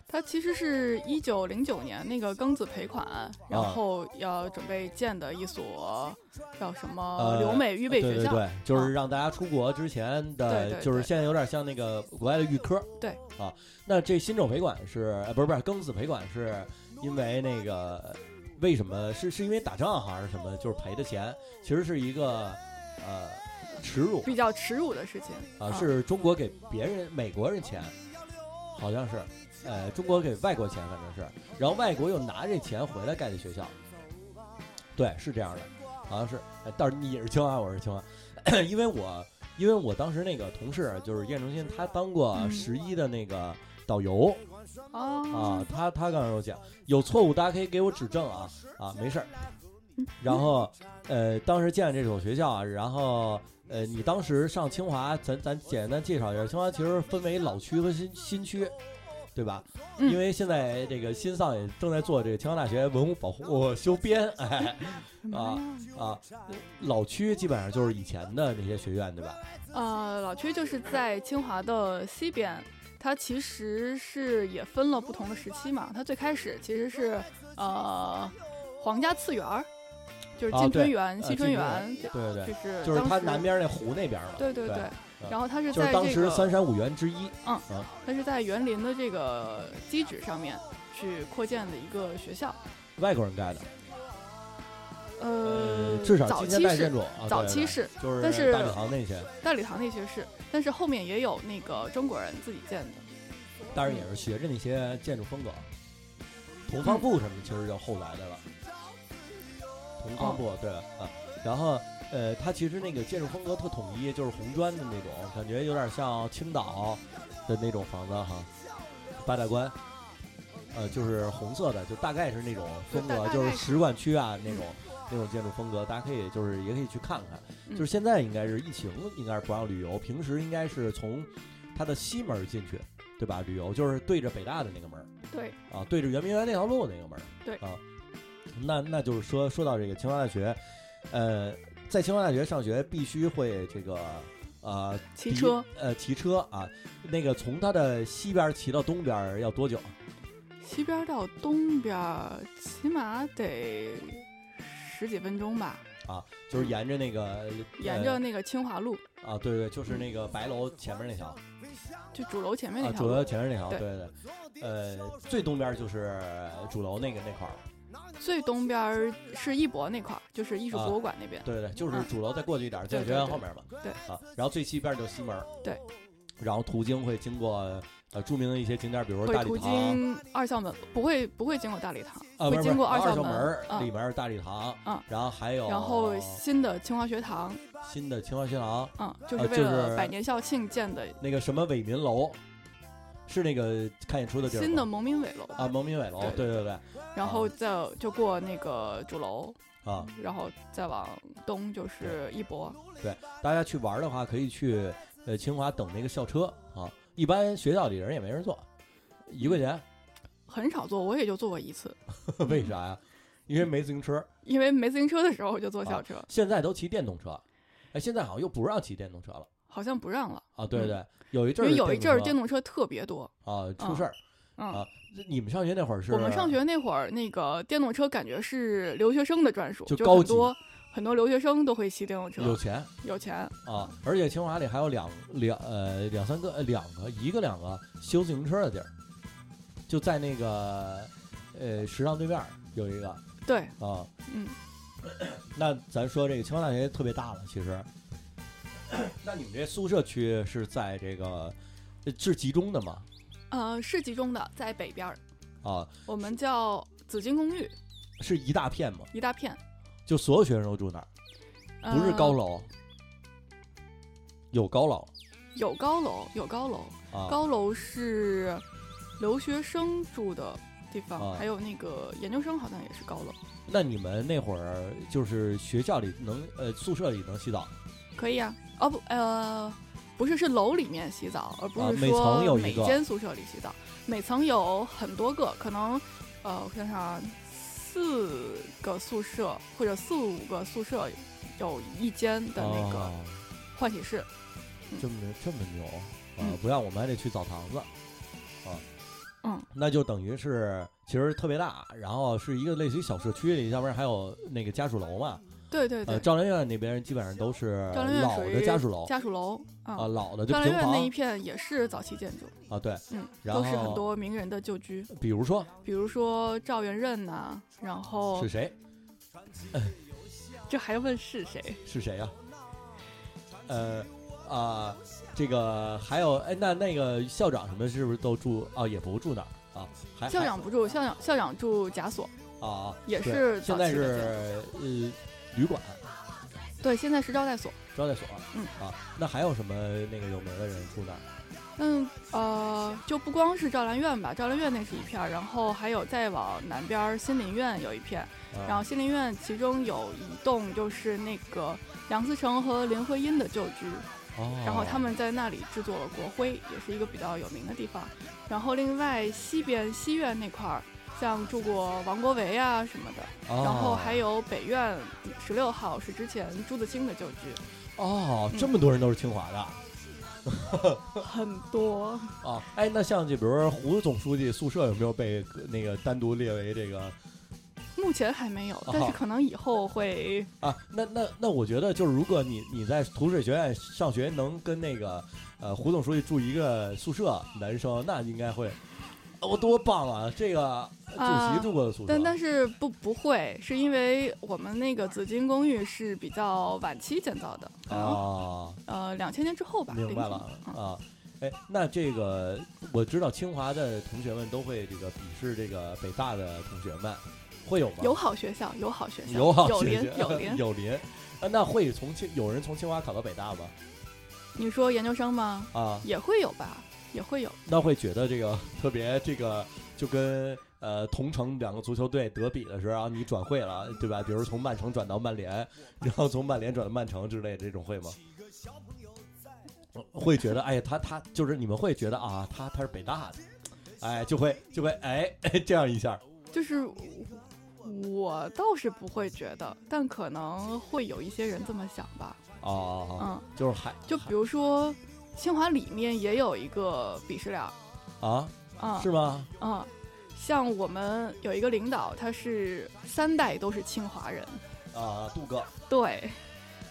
Speaker 5: 它其实是一九零九年那个庚子赔款，然
Speaker 3: 啊
Speaker 5: 后要准备建的一所叫什么
Speaker 3: 呃
Speaker 5: 留美预备
Speaker 3: 对
Speaker 5: 学
Speaker 3: 对
Speaker 5: 校。
Speaker 3: 对，就
Speaker 5: 啊
Speaker 3: 是让大家出国之前的，
Speaker 5: 对对
Speaker 3: 就是
Speaker 5: 对
Speaker 3: 现在有点像那个国外的预科。
Speaker 5: 对
Speaker 3: 啊，那这新政赔款是，呃、不是不是庚子赔款是因为那个为什么是是因为打仗还是什么？就是赔的钱，其实是一个呃耻辱
Speaker 5: 比较耻辱的事情
Speaker 3: 啊，是中国给别人美国人钱，好像是，呃，中国给外国钱反正是，然后外国又拿这钱回来盖的学校，对，是这样的，好像是，哎但是你也是清华，我是清华， 因为我因为我当时那个同事就是燕忠新，他当过
Speaker 5: 嗯
Speaker 3: 十一的那个导游，啊
Speaker 5: 哦，，
Speaker 3: 他他刚才有讲，有错误大家可以给我指正啊啊，没事儿。
Speaker 5: 嗯
Speaker 3: 然后，呃，当时建这所学校啊，然后，呃，你当时上清华，咱咱简单介绍一下，清华其实分为老区和新新区，对吧？
Speaker 5: 嗯
Speaker 3: 因为现在这个新丧也正在做这个清华大学文物保护哦修编， 哎啊啊，老区基本上就是以前的那些学院，对吧？
Speaker 5: 呃，老区就是在清华的西边，它其实是也分了不同的时期嘛。它最开始其实是呃皇家次园儿，就是
Speaker 3: 啊
Speaker 5: 进春
Speaker 3: 对
Speaker 5: 园、
Speaker 3: 呃
Speaker 5: 西嗯春
Speaker 3: 进
Speaker 5: 园
Speaker 3: 春，对对
Speaker 5: 就
Speaker 3: 对，
Speaker 5: 是
Speaker 3: 就是
Speaker 5: 当
Speaker 3: 它
Speaker 5: 时
Speaker 3: 南。边那湖那边嘛，
Speaker 5: 对对
Speaker 3: 对嗯
Speaker 5: 对，然后它是
Speaker 3: 就是
Speaker 5: 在
Speaker 3: 当
Speaker 5: 这
Speaker 3: 时
Speaker 5: 个
Speaker 3: 三山五园之一。
Speaker 5: 它是在园林的这个基址上面去扩建的一个学校。
Speaker 3: 外国人盖的，
Speaker 5: 呃，
Speaker 3: 至少
Speaker 5: 早
Speaker 3: 今天
Speaker 5: 期
Speaker 3: 代建
Speaker 5: 是
Speaker 3: 筑啊，
Speaker 5: 早
Speaker 3: 对
Speaker 5: 期
Speaker 3: 对
Speaker 5: 是
Speaker 3: 就是
Speaker 5: 但是
Speaker 3: 大礼堂那些，
Speaker 5: 大礼堂那些是，但是后面也有那个中国人自己建的。
Speaker 3: 当然也是学着那些建筑风格，同方部什么的其实就后来的了，同方
Speaker 5: 哦
Speaker 3: 部对啊，然后呃，它其实那个建筑风格特统一，就是红砖的那种，感觉有点像青岛的那种房子哈，八大关。呃，就是红色的，就大概是那种风
Speaker 5: 就
Speaker 3: 格，
Speaker 5: 大
Speaker 3: 就
Speaker 5: 大
Speaker 3: 是
Speaker 5: 概是嗯
Speaker 3: 使馆区啊那种那种建筑风格，大家可以就是也可以去看看。就是现在应该是疫情，应该是不让旅游，平时应该是从它的西门儿进去，对吧？旅游就是对着北大的那个门儿
Speaker 5: 对，
Speaker 3: 啊，对着圆明园那条路那个门儿
Speaker 5: 对
Speaker 3: 啊，那那就是说说到这个清华大学，呃，在清华大学上学必须会这个呃
Speaker 5: 骑车，
Speaker 3: 第一呃骑车啊，那个从它的西边儿骑到东边儿要多久啊？
Speaker 5: 西边到东边起码得十几分钟吧，
Speaker 3: 啊，就是沿着那个
Speaker 5: 沿着那个清华路，
Speaker 3: 呃啊，对对，就是那个白楼前面那条。
Speaker 5: 就主楼前面那
Speaker 3: 啊，
Speaker 5: 条
Speaker 3: 主
Speaker 5: 路，
Speaker 3: 楼前面那条，
Speaker 5: 对
Speaker 3: 对对，呃，最东边就是主楼那个那块儿，
Speaker 5: 最东边是艺博那块儿，就是艺术博物馆那边。
Speaker 3: 对对，就是主楼再过去一点儿，
Speaker 5: 嗯对
Speaker 3: 在
Speaker 5: 对
Speaker 3: 学院
Speaker 5: 对
Speaker 3: 后面嘛，
Speaker 5: 对
Speaker 3: 啊，然后最西边就是西门，
Speaker 5: 对，
Speaker 3: 然后途经会经过呃著名的一些景点，比如说
Speaker 5: 会
Speaker 3: 大
Speaker 5: 途
Speaker 3: 礼堂，
Speaker 5: 经二校门，不会不会经过大礼堂，
Speaker 3: 啊，不是
Speaker 5: 会
Speaker 3: 不
Speaker 5: 经
Speaker 3: 是
Speaker 5: 过
Speaker 3: 二
Speaker 5: 校
Speaker 3: 门儿
Speaker 5: 啊
Speaker 3: 里面是大礼堂，
Speaker 5: 嗯
Speaker 3: 然后还有
Speaker 5: 然后新的清华学堂，
Speaker 3: 新的清华学堂，
Speaker 5: 嗯，就是
Speaker 3: 啊
Speaker 5: 为
Speaker 3: 就
Speaker 5: 了
Speaker 3: 是
Speaker 5: 百年校庆建的
Speaker 3: 那个什么伟民楼，是那个看演出的地儿吗
Speaker 5: 新的蒙民伟楼，
Speaker 3: 啊，蒙民伟楼，
Speaker 5: 对
Speaker 3: 对对对，
Speaker 5: 然后再就过那个主楼，
Speaker 3: 啊，
Speaker 5: 然后再往东就是艺博，
Speaker 3: 大家去玩儿的话，可以去呃清华等那个校车啊。一般学校里人也没 人坐，一块钱，
Speaker 5: 很少坐，我也就坐过一次。
Speaker 3: 为啥呀？因为没自行车。
Speaker 5: 因为没自行车的时候我就
Speaker 3: 啊
Speaker 5: 坐校车，
Speaker 3: 现在都骑电动车，哎，现在好像又不让骑电动车了
Speaker 5: 好像不让了，
Speaker 3: 啊！对
Speaker 5: 嗯
Speaker 3: 对，有一阵
Speaker 5: 因
Speaker 3: 儿
Speaker 5: 为有一阵儿电
Speaker 3: 电
Speaker 5: 动车特别多。
Speaker 3: 啊出事儿
Speaker 5: 嗯，
Speaker 3: 啊！这你们上学那会儿是？
Speaker 5: 我们上学那会儿，那个电动车感觉是留学生的专属，
Speaker 3: 就
Speaker 5: 就
Speaker 3: 高
Speaker 5: 很
Speaker 3: 级
Speaker 5: 多很多留学生都会骑电动车，
Speaker 3: 有钱
Speaker 5: 有钱。
Speaker 3: 啊，而且清华里还有两两呃两三个呃两个一个两个修自行车的地儿，就在那个呃时尚对面儿有一个
Speaker 5: 对，
Speaker 3: 啊。
Speaker 5: 嗯，
Speaker 3: 那咱说这个清华大学特别大了，其实。 那你们这宿舍区是在这个呃是集中的吗？
Speaker 5: 呃，是集中的，在北边儿，
Speaker 3: 啊，
Speaker 5: 我们叫紫金公寓，
Speaker 3: 是一大片吗？
Speaker 5: 一大片，
Speaker 3: 就所有学生都住那儿，不是
Speaker 5: 呃
Speaker 3: 高楼，有高楼
Speaker 5: 有高楼，有高楼，
Speaker 3: 啊。
Speaker 5: 高楼是留学生住的地方，
Speaker 3: 啊
Speaker 5: 还有那个研究生好像也是高楼，
Speaker 3: 那你们那会儿就是学校里能呃宿舍里能洗澡
Speaker 5: 可以啊。哦不，呃，不是，是楼里面洗澡，而不
Speaker 3: 啊
Speaker 5: 是
Speaker 3: 每层有
Speaker 5: 说
Speaker 3: 一
Speaker 5: 每
Speaker 3: 个
Speaker 5: 间宿舍里洗澡，每层有很多个，可能呃，我想想啊，四个宿舍或者四五个宿舍有一间的那个
Speaker 3: 哦
Speaker 5: 换洗室。
Speaker 3: 这么这么牛啊
Speaker 5: 嗯！
Speaker 3: 不像我们还得去澡堂子啊。
Speaker 5: 嗯，
Speaker 3: 那就等于是其实特别大，然后是一个类似于小社区里，要不然还有那个家属楼嘛。
Speaker 5: 对对对，
Speaker 3: 呃，赵良院那边基本上都是
Speaker 5: 张良院
Speaker 3: 老
Speaker 5: 属
Speaker 3: 的
Speaker 5: 于
Speaker 3: 家属楼
Speaker 5: 家属楼啊
Speaker 3: 啊，老的就
Speaker 5: 张
Speaker 3: 平
Speaker 5: 良院那一
Speaker 3: 房
Speaker 5: 片也是早期建筑，
Speaker 3: 啊，对。
Speaker 5: 嗯，
Speaker 3: 然
Speaker 5: 都是
Speaker 3: 后
Speaker 5: 很多名人的旧居，
Speaker 3: 比如说
Speaker 5: 比如说赵元任呐、然后
Speaker 3: 是谁
Speaker 5: 这还问是谁？
Speaker 3: 是谁呀？呃啊，这个还有哎，那那个校长什么是不是都住啊？也不住那儿啊？还
Speaker 5: 校长不住，校长校长住贾所，
Speaker 3: 还啊，
Speaker 5: 也
Speaker 3: 对
Speaker 5: 是
Speaker 3: 现
Speaker 5: 早
Speaker 3: 在
Speaker 5: 期
Speaker 3: 是
Speaker 5: 的建
Speaker 3: 呃旅馆。
Speaker 5: 对，现在是招待所。
Speaker 3: 招待所，
Speaker 5: 嗯
Speaker 3: 啊，那还有什么那个有名的人住那儿？
Speaker 5: 嗯呃，就不光是赵兰苑吧，赵兰苑那是一片儿，然后还有再往南边儿新林苑有一片，
Speaker 3: 啊、
Speaker 5: 然后新林苑其中有一栋就是那个梁思成和林徽因的旧居，
Speaker 3: 哦，
Speaker 5: 然后他们在那里制作了国徽，也是一个比较有名的地方。然后另外西边西苑那块儿，像住过王国维啊什么的，
Speaker 3: 哦，
Speaker 5: 然后还有北苑十六号是之前朱自清的旧居，
Speaker 3: 哦，
Speaker 5: 嗯
Speaker 3: 这么多人都是清华的、
Speaker 5: 很多。
Speaker 3: 啊！哎，那像这比如说胡总书记宿舍有没有被呃那个单独列为这个
Speaker 5: 目前还没
Speaker 3: 哦
Speaker 5: 有，但是可能以后会。
Speaker 3: 啊？那那那我觉得就是如果你你在土水学院上学能跟那个呃胡总书记住一个宿舍，男生那应该会。我、多棒啊！这个主
Speaker 5: 啊
Speaker 3: 席住过的宿舍，
Speaker 5: 但但是不不会，是因为我们那个紫金公寓是比较晚期建造的，可能、
Speaker 3: 啊，
Speaker 5: 呃两千年之后吧。
Speaker 3: 明白了
Speaker 5: 嗯
Speaker 3: 啊。哎，那这个我知道清华的同学们都会这个鄙视这个北大的同学们，会有吗？
Speaker 5: 有好学校，有好学校，
Speaker 3: 有好
Speaker 5: 有
Speaker 3: 学
Speaker 5: 林
Speaker 3: 校
Speaker 5: 有林，
Speaker 3: 有林，啊，那会从清有人从清华考到北大吗？
Speaker 5: 你说研究生吗？
Speaker 3: 啊，
Speaker 5: 也会有吧，也会有。
Speaker 3: 那会觉得这个 特别这个就跟呃同城两个足球队德比的时候，然后你转会了，对吧？比如从曼城转到曼联，然后从曼联转到曼城之类的这种会吗？会觉得哎呀，他他就是你们会觉得啊，他他是北大的，哎，就会就会哎 这样一下
Speaker 5: 就是我倒是不会觉得，但可能会有一些人这么想吧。
Speaker 3: 哦，
Speaker 5: 嗯，
Speaker 3: 就是还
Speaker 5: 就比如说清华里面也有一个鄙视链儿，
Speaker 3: 啊，
Speaker 5: 啊、
Speaker 3: 是吗？
Speaker 5: 嗯，像我们有一个领导，他是三代都是清华人，
Speaker 3: 啊，杜哥
Speaker 5: 对。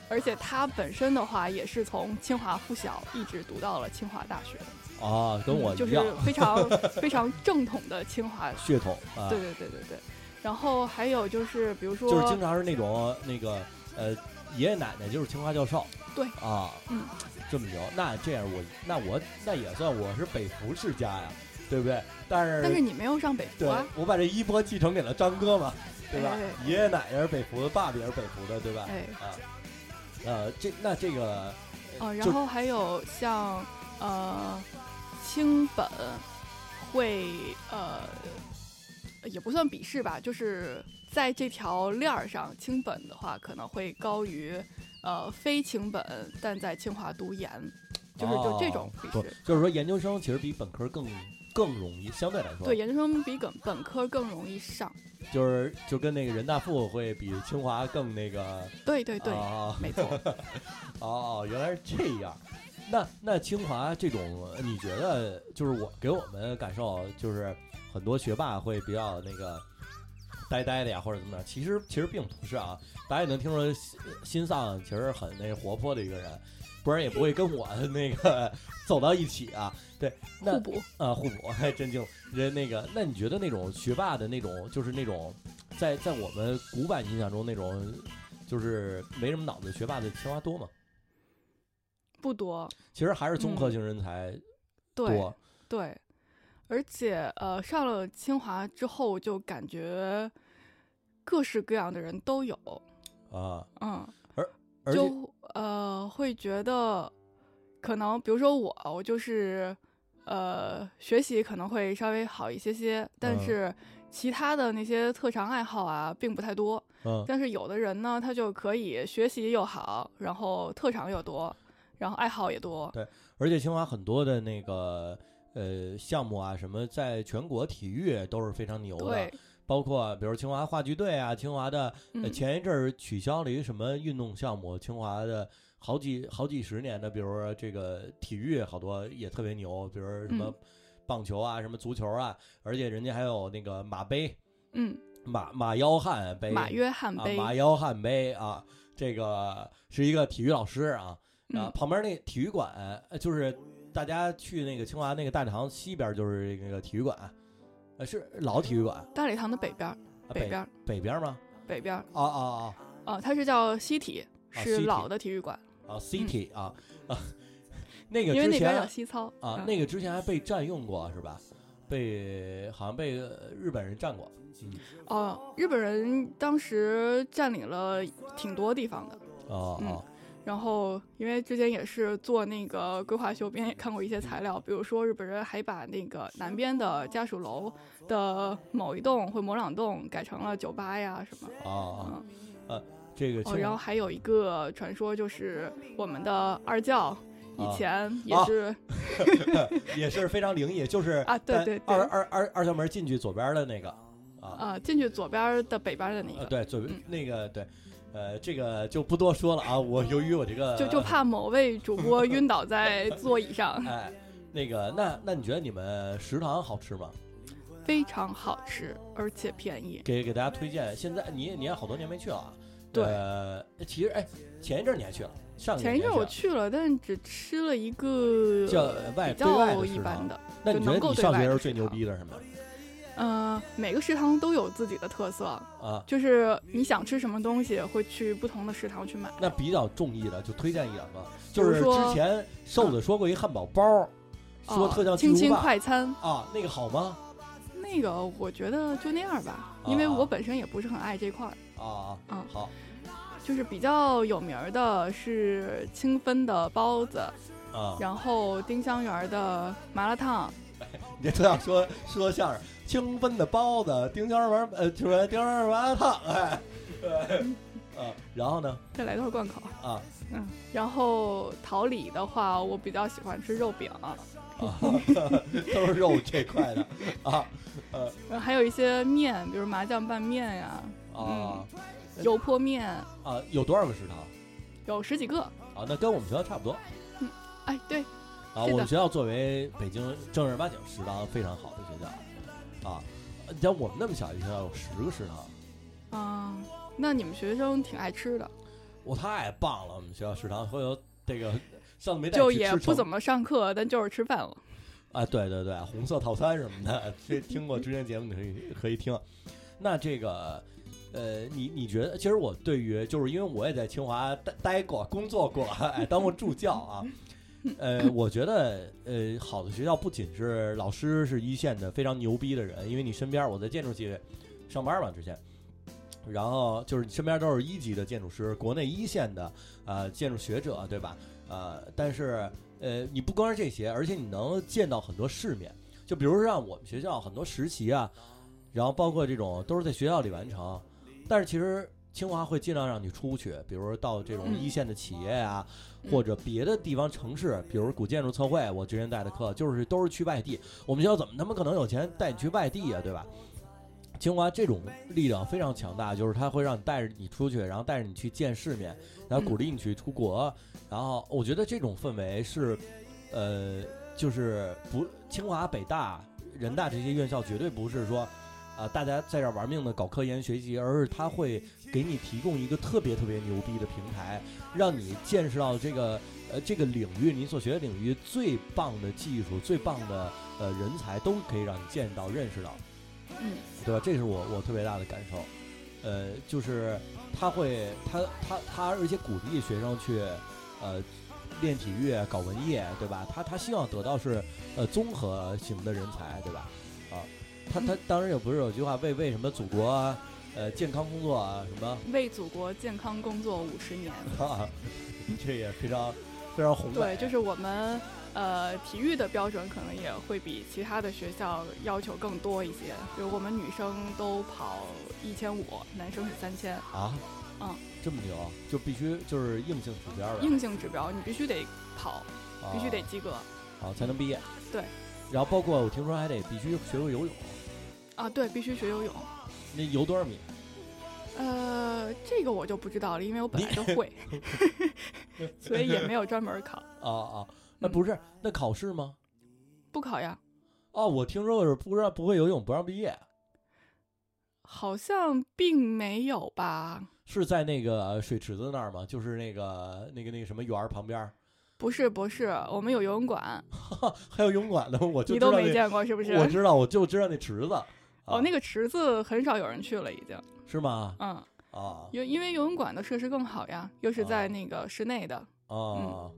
Speaker 5: 而且他本身的话，也是从清华附小一直读到了清华大学，
Speaker 3: 啊，跟我
Speaker 5: 嗯就
Speaker 3: 一
Speaker 5: 是
Speaker 3: 样，
Speaker 5: 非常非常正统的清华
Speaker 3: 血统啊，
Speaker 5: 对对对对对。然后还有就是，比如说，
Speaker 3: 就是经常是那种那个呃爷爷奶奶就是清华教授，
Speaker 5: 对
Speaker 3: 啊，
Speaker 5: 嗯，
Speaker 3: 这么牛，那这样我那我那也算我是北服世家呀，对不对？但是
Speaker 5: 但是你没有上北服
Speaker 3: 对
Speaker 5: 啊，，
Speaker 3: 我把这衣钵继承给了张哥嘛，对吧？
Speaker 5: 哎
Speaker 3: 爷爷奶奶是北服的，爸爸也是北服的，对吧？
Speaker 5: 哎，
Speaker 3: 啊，呃，这那这个
Speaker 5: 哦，
Speaker 3: 就
Speaker 5: 然后还有像呃清本会呃也不算鄙视吧，就是在这条链儿上，清本的话可能会高于呃非清本，但在清华读研，就是就这种
Speaker 3: 哦
Speaker 5: 鄙
Speaker 3: 不
Speaker 5: 视。
Speaker 3: 就是说研究生其实比本科更更容易，相对来说
Speaker 5: 对，研究生比本本科更容易上，
Speaker 3: 就是就跟那个人大附会比清华更那个，
Speaker 5: 对哎对对，
Speaker 3: 啊
Speaker 5: 没错。
Speaker 3: 哦，原来是这样。那那清华这种，呃你觉得就是我给我们感受，就是很多学霸会比较那个呆呆的呀，或者怎么样？其实其实并不是啊，大家也能听说新新丧其实很那活泼的一个人，不然也不会跟我那个走到一起啊。对，那
Speaker 5: 互补，
Speaker 3: 啊，互补， 还真就人那个，那你觉得那种学霸的那种，就是那种在在我们古板印象中那种，就是没什么脑子的学霸的清华多吗？
Speaker 5: 不多，
Speaker 3: 其实还是综合性人才
Speaker 5: 嗯对
Speaker 3: 多，
Speaker 5: 对，而且呃，上了清华之后就感觉各式各样的人都有，
Speaker 3: 啊，
Speaker 5: 嗯，
Speaker 3: 而且
Speaker 5: 就呃会觉得，可能比如说我，我就是呃学习可能会稍微好一些些，但
Speaker 3: 嗯
Speaker 5: 是其他的那些特长爱好啊并不太多。
Speaker 3: 嗯，
Speaker 5: 但是有的人呢，他就可以学习又好，然后特长又多，然后爱好也多。
Speaker 3: 而且清华很多的那个呃项目啊，什么在全国体育都是非常牛的
Speaker 5: 对，，
Speaker 3: 包括比如清华话剧队啊，清华的呃，
Speaker 5: 嗯，
Speaker 3: 前一阵儿取消了一个什么运动项目，清华的好几好几十年的，比如说这个体育好多也特别牛，比如说什么
Speaker 5: 嗯
Speaker 3: 棒球啊，什么足球啊，而且人家还有那个马杯，
Speaker 5: 嗯，
Speaker 3: 马马腰汉杯，
Speaker 5: 马约翰
Speaker 3: 啊
Speaker 5: 杯，
Speaker 3: 马腰汉杯啊，这个是一个体育老师啊，啊，
Speaker 5: 嗯，
Speaker 3: 旁边那体育馆呃就是大家去那个清华那个大礼堂西边就是那个体育馆，呃，是老体育馆，啊
Speaker 5: 大礼堂的北边儿，北边儿，
Speaker 3: 北边吗？
Speaker 5: 北边儿，
Speaker 3: 啊啊啊！
Speaker 5: 啊，它是叫西体，
Speaker 3: 啊西
Speaker 5: 是
Speaker 3: 体
Speaker 5: 老的体育馆，
Speaker 3: 啊，City 啊啊，那个
Speaker 5: 嗯因为
Speaker 3: 之
Speaker 5: 那边
Speaker 3: 前
Speaker 5: 有西操嗯
Speaker 3: 啊，那个之前还被占用过是吧？被好像被呃日本人占过
Speaker 5: 哦，日本人当时占领了挺多地方的，
Speaker 3: 哦
Speaker 5: 嗯
Speaker 3: 哦
Speaker 5: 然后因为之前也是做那个规划修边，也看过一些材料，比如说日本人还把那个南边的家属楼的某一栋或某两栋改成了酒吧呀什么，
Speaker 3: 哦哦，呃，这个
Speaker 5: 嗯哦，然后还有一个传说就是我们的二教。
Speaker 3: 啊
Speaker 5: 以前也
Speaker 3: 啊
Speaker 5: 是
Speaker 3: 也是非常灵异，就是
Speaker 5: 啊对
Speaker 3: 在
Speaker 5: 对对
Speaker 3: 二二二二校门进去左边的那个啊
Speaker 5: 啊，进去左边的北边的那
Speaker 3: 呃
Speaker 5: 个，
Speaker 3: 对左边
Speaker 5: 嗯
Speaker 3: 那个对，呃这个就不多说了啊，我由于我这个，
Speaker 5: 就就怕某位主播晕倒在座椅上
Speaker 3: 哎那个那那你觉得你们食堂好吃吗？
Speaker 5: 非常好吃，而且便宜。
Speaker 3: 给给大家推荐，现在你也你也好多年没去了啊。
Speaker 5: 对
Speaker 3: 呃，其实哎，前一阵儿你还去了，上一
Speaker 5: 前一阵我
Speaker 3: 去
Speaker 5: 去了，但只吃了一个
Speaker 3: 叫外
Speaker 5: 比
Speaker 3: 对外
Speaker 5: 较
Speaker 3: 的
Speaker 5: 一
Speaker 3: 食
Speaker 5: 般
Speaker 3: 堂。
Speaker 5: 的。
Speaker 3: 那你觉得你上学时候最
Speaker 5: 就能够对
Speaker 3: 牛逼
Speaker 5: 外的食堂
Speaker 3: 的是什么？
Speaker 5: 嗯、每个食堂都有自己的特色，
Speaker 3: 啊，
Speaker 5: 就是你想吃什么东西，会去不同的食堂去买。
Speaker 3: 那比较中意的就推荐一两个，就
Speaker 5: 比如
Speaker 3: 是
Speaker 5: 说
Speaker 3: 之前瘦子说过一汉堡包，说特
Speaker 5: 哦
Speaker 3: 像
Speaker 5: 清
Speaker 3: 巨无
Speaker 5: 清
Speaker 3: 霸
Speaker 5: 快餐
Speaker 3: 啊，那个好吗？
Speaker 5: 那个，我觉得就那样吧，因为
Speaker 3: 啊
Speaker 5: 我本身也不是很爱这块儿。
Speaker 3: 啊，
Speaker 5: 嗯
Speaker 3: 好
Speaker 5: 就是比较有名儿的是清芬的包子，
Speaker 3: 啊，
Speaker 5: 然后丁香园儿的麻辣烫，
Speaker 3: 你这都要说说相声，清芬的包子，丁香丸呃，就是丁香丸麻辣烫，哎，呃，啊，然后呢
Speaker 5: 再来段贯口。
Speaker 3: 啊
Speaker 5: 嗯，然后桃李的话，我比较喜欢吃肉饼，
Speaker 3: 啊， 都是肉这块的啊
Speaker 5: 然后还有一些面，比如麻酱拌面呀、
Speaker 3: 啊
Speaker 5: 油泼面，
Speaker 3: 啊，有多少个食堂？
Speaker 5: 有十几个。
Speaker 3: 啊，那跟我们学校差不多
Speaker 5: 哎，对，
Speaker 3: 啊。
Speaker 5: 是的
Speaker 3: 我们学校作为北京正儿八经食堂非常好的学校啊，你像我们那么小一个学校有十个食堂，
Speaker 5: 嗯，那你们学生挺爱吃的，
Speaker 3: 我太棒了！我们学校食堂会有这个上次没带
Speaker 5: 就
Speaker 3: 去
Speaker 5: 也
Speaker 3: 吃
Speaker 5: 不
Speaker 3: 成
Speaker 5: 怎么上课，但就是吃饭了。
Speaker 3: 啊，对对对，红色套餐什么的，这听过之前节目你可以可以听。那这个，呃，你你觉得，其实我对于，就是因为我也在清华待待过、工作过，哎，当过助教啊。呃，我觉得，呃，好的学校不仅是老师是一线的非常牛逼的人，因为你身边我在建筑系上班嘛之前，然后就是你身边都是一级的建筑师，国内一线的呃建筑学者，对吧？呃，但是呃，你不光是这些，而且你能见到很多世面。就比如说像我们学校很多实习啊，然后包括这种都是在学校里完成，但是其实清华会尽量让你出去，比如说到这种
Speaker 5: 嗯
Speaker 3: 一线的企业啊，
Speaker 5: 嗯
Speaker 3: 或者别的地方城市，比如古建筑测绘，我之前带的课就是都是去外地。我们学校怎么他妈可能有钱带你去外地啊，对吧？清华这种力量非常强大，就是它会让你带着你出去，然后带着你去见世面，然后鼓励你去出国，然后我觉得这种氛围是，呃，就是不清华、北大、人大这些院校绝对不是说。啊、大家在这儿玩命的搞科研学习，而是它会给你提供一个特别特别牛逼的平台，让你见识到这个呃这个领域你所学的领域最棒的技术、最棒的呃人才都可以让你见到、认识到。
Speaker 5: 嗯，
Speaker 3: 对吧？这是我我特别大的感受。呃，就是他会他他他，而且鼓励学生去呃练体育、啊搞文艺，对吧？他他希望得到是呃综合型的人才，对吧？啊，他他当然也不是有句话为为什么祖国啊呃健康工作啊什么
Speaker 5: 嗯为祖国健康工作五十年。
Speaker 3: 啊， 这也非常非常宏
Speaker 5: 对，
Speaker 3: 伟。
Speaker 5: 就是我们呃体育的标准可能也会比其他的学校要求更多一些，比如我们女生都跑一千五，男生是三千，
Speaker 3: 啊，
Speaker 5: 嗯，
Speaker 3: 这么牛，就必须就是硬性指标的，
Speaker 5: 硬性指标你必须得跑，
Speaker 3: 啊
Speaker 5: 必须得及格
Speaker 3: 啊才能毕业。
Speaker 5: 对，
Speaker 3: 然后包括我听说还得必须学会游泳，
Speaker 5: 啊，对，必须学游泳。
Speaker 3: 那游多少米？
Speaker 5: 呃，这个我就不知道了，因为我本来就 会，所以也没有专门考，
Speaker 3: 啊啊，那
Speaker 5: 嗯
Speaker 3: 不是那考试吗？
Speaker 5: 不考呀，
Speaker 3: 哦，我听说是不让不会游泳不让毕业，
Speaker 5: 好像并没有吧？
Speaker 3: 是在那个水池子那儿吗？就是那个那个那个什么园儿旁边儿，
Speaker 5: 不是不是，我们有游泳馆，
Speaker 3: 还有游泳馆呢，我就
Speaker 5: 你
Speaker 3: 知道
Speaker 5: 都
Speaker 3: 那
Speaker 5: 没见过是不是？
Speaker 3: 我知道，我就知道那池子。
Speaker 5: 哦，那
Speaker 3: 个
Speaker 5: 个池子很少有人去了，已经。
Speaker 3: 是吗？
Speaker 5: 嗯，
Speaker 3: 啊
Speaker 5: 因因为游泳馆的设施更好呀，又是在那个室内的。嗯
Speaker 3: 啊，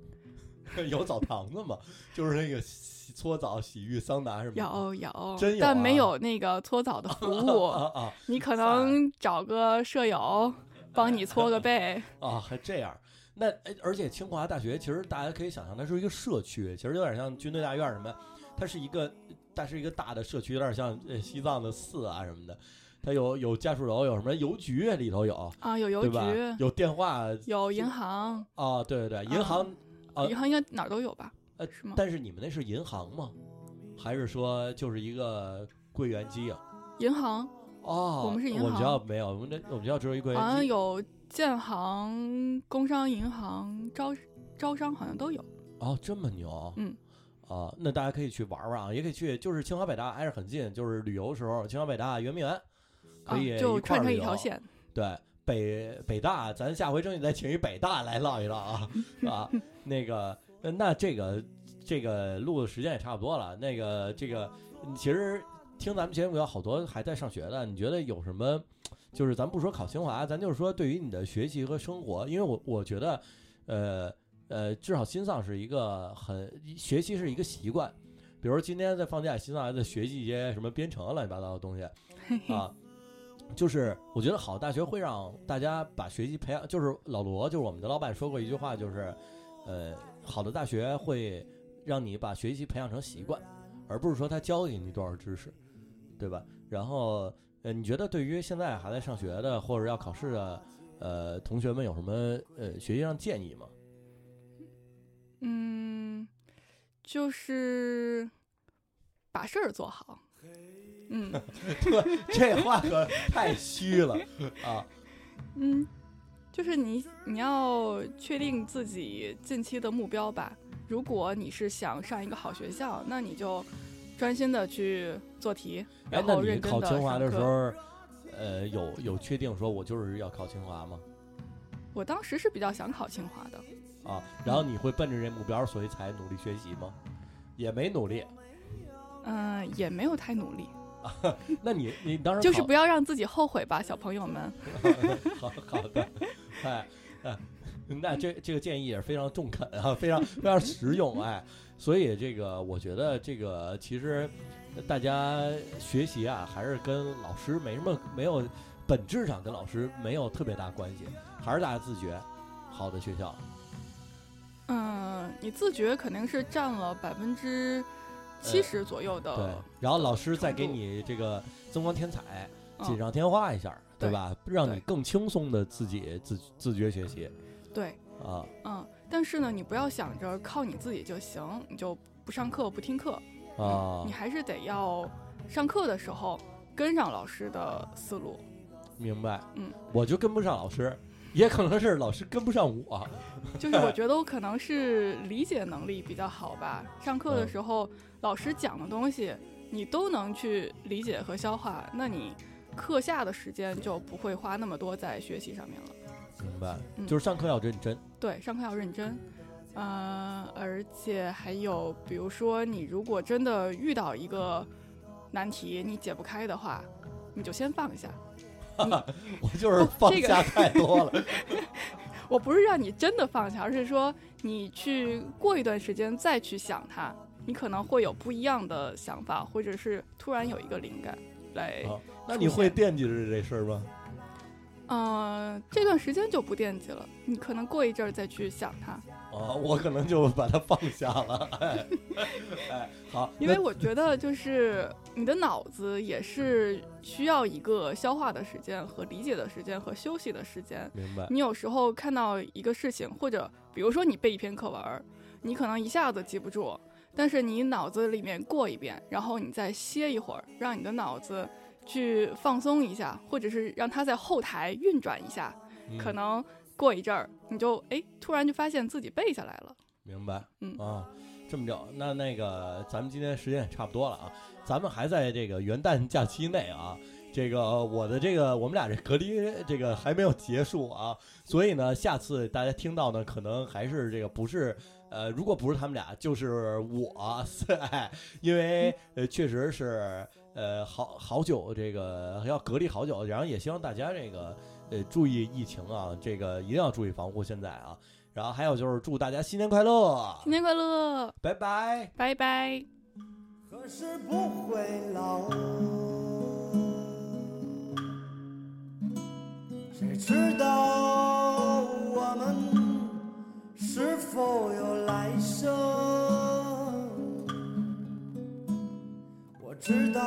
Speaker 3: 有澡堂子吗？ 就是那个洗搓澡、洗浴、桑拿什么的。
Speaker 5: 有有，
Speaker 3: 真有
Speaker 5: 但
Speaker 3: 啊
Speaker 5: 没有那个搓澡的服
Speaker 3: 啊
Speaker 5: 务。
Speaker 3: 啊
Speaker 5: 你可能找个舍友帮你搓个 背。
Speaker 3: 啊，还这样。那哎而且清华大学其实大家可以想象，它是一个社区，其实有点像军队大院什么，它是一个它是一个大的社区，有点像呃西藏的寺啊什么的。它有有家属楼，有什么邮局里头有，
Speaker 5: 啊，有邮
Speaker 3: 对
Speaker 5: 局，
Speaker 3: 吧？有电话
Speaker 5: 有银行，
Speaker 3: 啊，对对对，银行。
Speaker 5: 嗯
Speaker 3: 啊
Speaker 5: 银行应该哪儿都有吧？
Speaker 3: 呃
Speaker 5: 是吗？
Speaker 3: 但是你们那是银行吗？还是说就是一个柜员机啊？
Speaker 5: 银行
Speaker 3: 哦，
Speaker 5: 我们是银行啊
Speaker 3: 我们学校没有，我们那我们学校只有一柜
Speaker 5: 好
Speaker 3: 员
Speaker 5: 像
Speaker 3: 机。
Speaker 5: 有建行、工商银行、招招商好像都有。
Speaker 3: 哦，这么牛。
Speaker 5: 嗯。
Speaker 3: 啊，那大家可以去玩玩啊，也可以去，就是清华北大挨着很近，就是旅游时候，清华北大圆明园可以、
Speaker 5: 啊、就串成一条。线。
Speaker 3: 对，北北大，咱下回争取再请一北大来唠一唠啊啊，那个，那那这个这个录的时间也差不多了，那个这个嗯其实听咱们节目有好多还在上学的，你觉得有什么？就是咱不说考清华，咱就是说对于你的学习和生活，因为我我觉得，呃呃，至少新丧是一个很学习是一个习惯，比如今天在放假，新丧还在学习一些什么编程啊乱七八糟的东西，啊，就是我觉得好大学会让大家把学习培养，就是老罗，就是我们的老板说过一句话，就是，呃，好的大学会让你把学习培养成习惯，而不是说他教给你多少知识，对吧？然后，呃，你觉得对于现在还在上学的或者要考试的，呃，同学们有什么呃学习上建议吗？
Speaker 5: 嗯，就是把事儿做好。嗯
Speaker 3: 这话可太虚了啊！
Speaker 5: 嗯，就是你你要确定自己近期的目标吧。如果你是想上一个好学校，那你就专心的去做题，
Speaker 3: 哎
Speaker 5: 然，
Speaker 3: 那
Speaker 5: 后
Speaker 3: 你
Speaker 5: 认真
Speaker 3: 考
Speaker 5: 的
Speaker 3: 清华
Speaker 5: 上
Speaker 3: 的
Speaker 5: 课
Speaker 3: 时。候，呃，有有确定说我就是要考清华吗？
Speaker 5: 我当时是比较想考清华的，
Speaker 3: 啊，然后你会奔着这目标，所以才努力学习吗？也没努力。
Speaker 5: 嗯、也没有太努力，
Speaker 3: 那你你当时
Speaker 5: 就是
Speaker 3: 考
Speaker 5: 不要让自己后悔吧，小朋友们。
Speaker 3: 好好的， 哎，哎那这这个建议也是非常中肯啊， 非常非常实用哎。所以这个我觉得这个其实大家学习啊，还是跟老师没什么没有本质上跟老师没有特别大关系，还是大家自觉。好的学校，
Speaker 5: 嗯，你自觉肯定是占了百分之七十左右
Speaker 3: 呃对
Speaker 5: 的，，
Speaker 3: 然后老师再给
Speaker 5: 呃程度
Speaker 3: 你这个增光添彩，锦
Speaker 5: 嗯、
Speaker 3: 上添花一下，对
Speaker 5: 对
Speaker 3: 吧？让你
Speaker 5: 对
Speaker 3: 更轻松的自己自自觉学习
Speaker 5: 对，
Speaker 3: 啊
Speaker 5: 嗯。但是呢，你不要想着靠你自己就行，你就不上课不听课
Speaker 3: 啊
Speaker 5: 你还是得要上课的时候跟上老师的思路。
Speaker 3: 明白，
Speaker 5: 嗯，
Speaker 3: 我就跟不上老师，也可能是老师跟不上我，
Speaker 5: 就是我觉得我可能是理解能力比较好吧，上课的时候老师讲的东西你都能去理解和消化，那你课下的时间就不会花那么多在学习上面了。
Speaker 3: 明白，
Speaker 5: 嗯
Speaker 3: 就是上课要认真，
Speaker 5: 对，上课要认真。呃，而且还有，比如说你如果真的遇到一个难题你解不开的话，你就先放下。
Speaker 3: 我就是放
Speaker 5: 嗯 这个
Speaker 3: 假太多了，
Speaker 5: 我不是让你真的放下，而是说你去过一段时间再去想它，你可能会有不一样的想法，或者是突然有一个灵感来。
Speaker 3: 啊那你会惦记着这事儿吗？
Speaker 5: 嗯、这段时间就不惦记了，你可能过一阵儿再去想它，
Speaker 3: 啊，我可能就把它放下了，哎，哎好，
Speaker 5: 因为我觉得就是你的脑子也是需要一个消化的时间和理解的时间和休息的时间。
Speaker 3: 那明白，
Speaker 5: 你有时候看到一个事情，或者比如说你背一篇课文儿，你可能一下子记不住，但是你脑子里面过一遍，然后你再歇一会儿，让你的脑子去放松一下，或者是让它在后台运转一下，
Speaker 3: 嗯
Speaker 5: 可能过一阵儿你就哎突然就发现自己背下来了。
Speaker 3: 明白，
Speaker 5: 嗯
Speaker 3: 啊，这么着，那那个咱们今天时间也差不多了啊，咱们还在这个元旦假期内啊，这个我的这个我们俩这隔离这个还没有结束啊，所以呢，下次大家听到呢，可能还是这个不是。呃，如果不是他们俩，就是我， 是哎，因为呃，确实是呃，好好久这个要隔离好久，然后也希望大家这个呃注意疫情啊，这个一定要注意防护，现在啊，然后还有就是祝大家新年快乐，
Speaker 5: 新年快乐，
Speaker 3: 拜拜。
Speaker 5: 拜拜。
Speaker 2: 可是不会老。谁知道我们是否有来生？我知道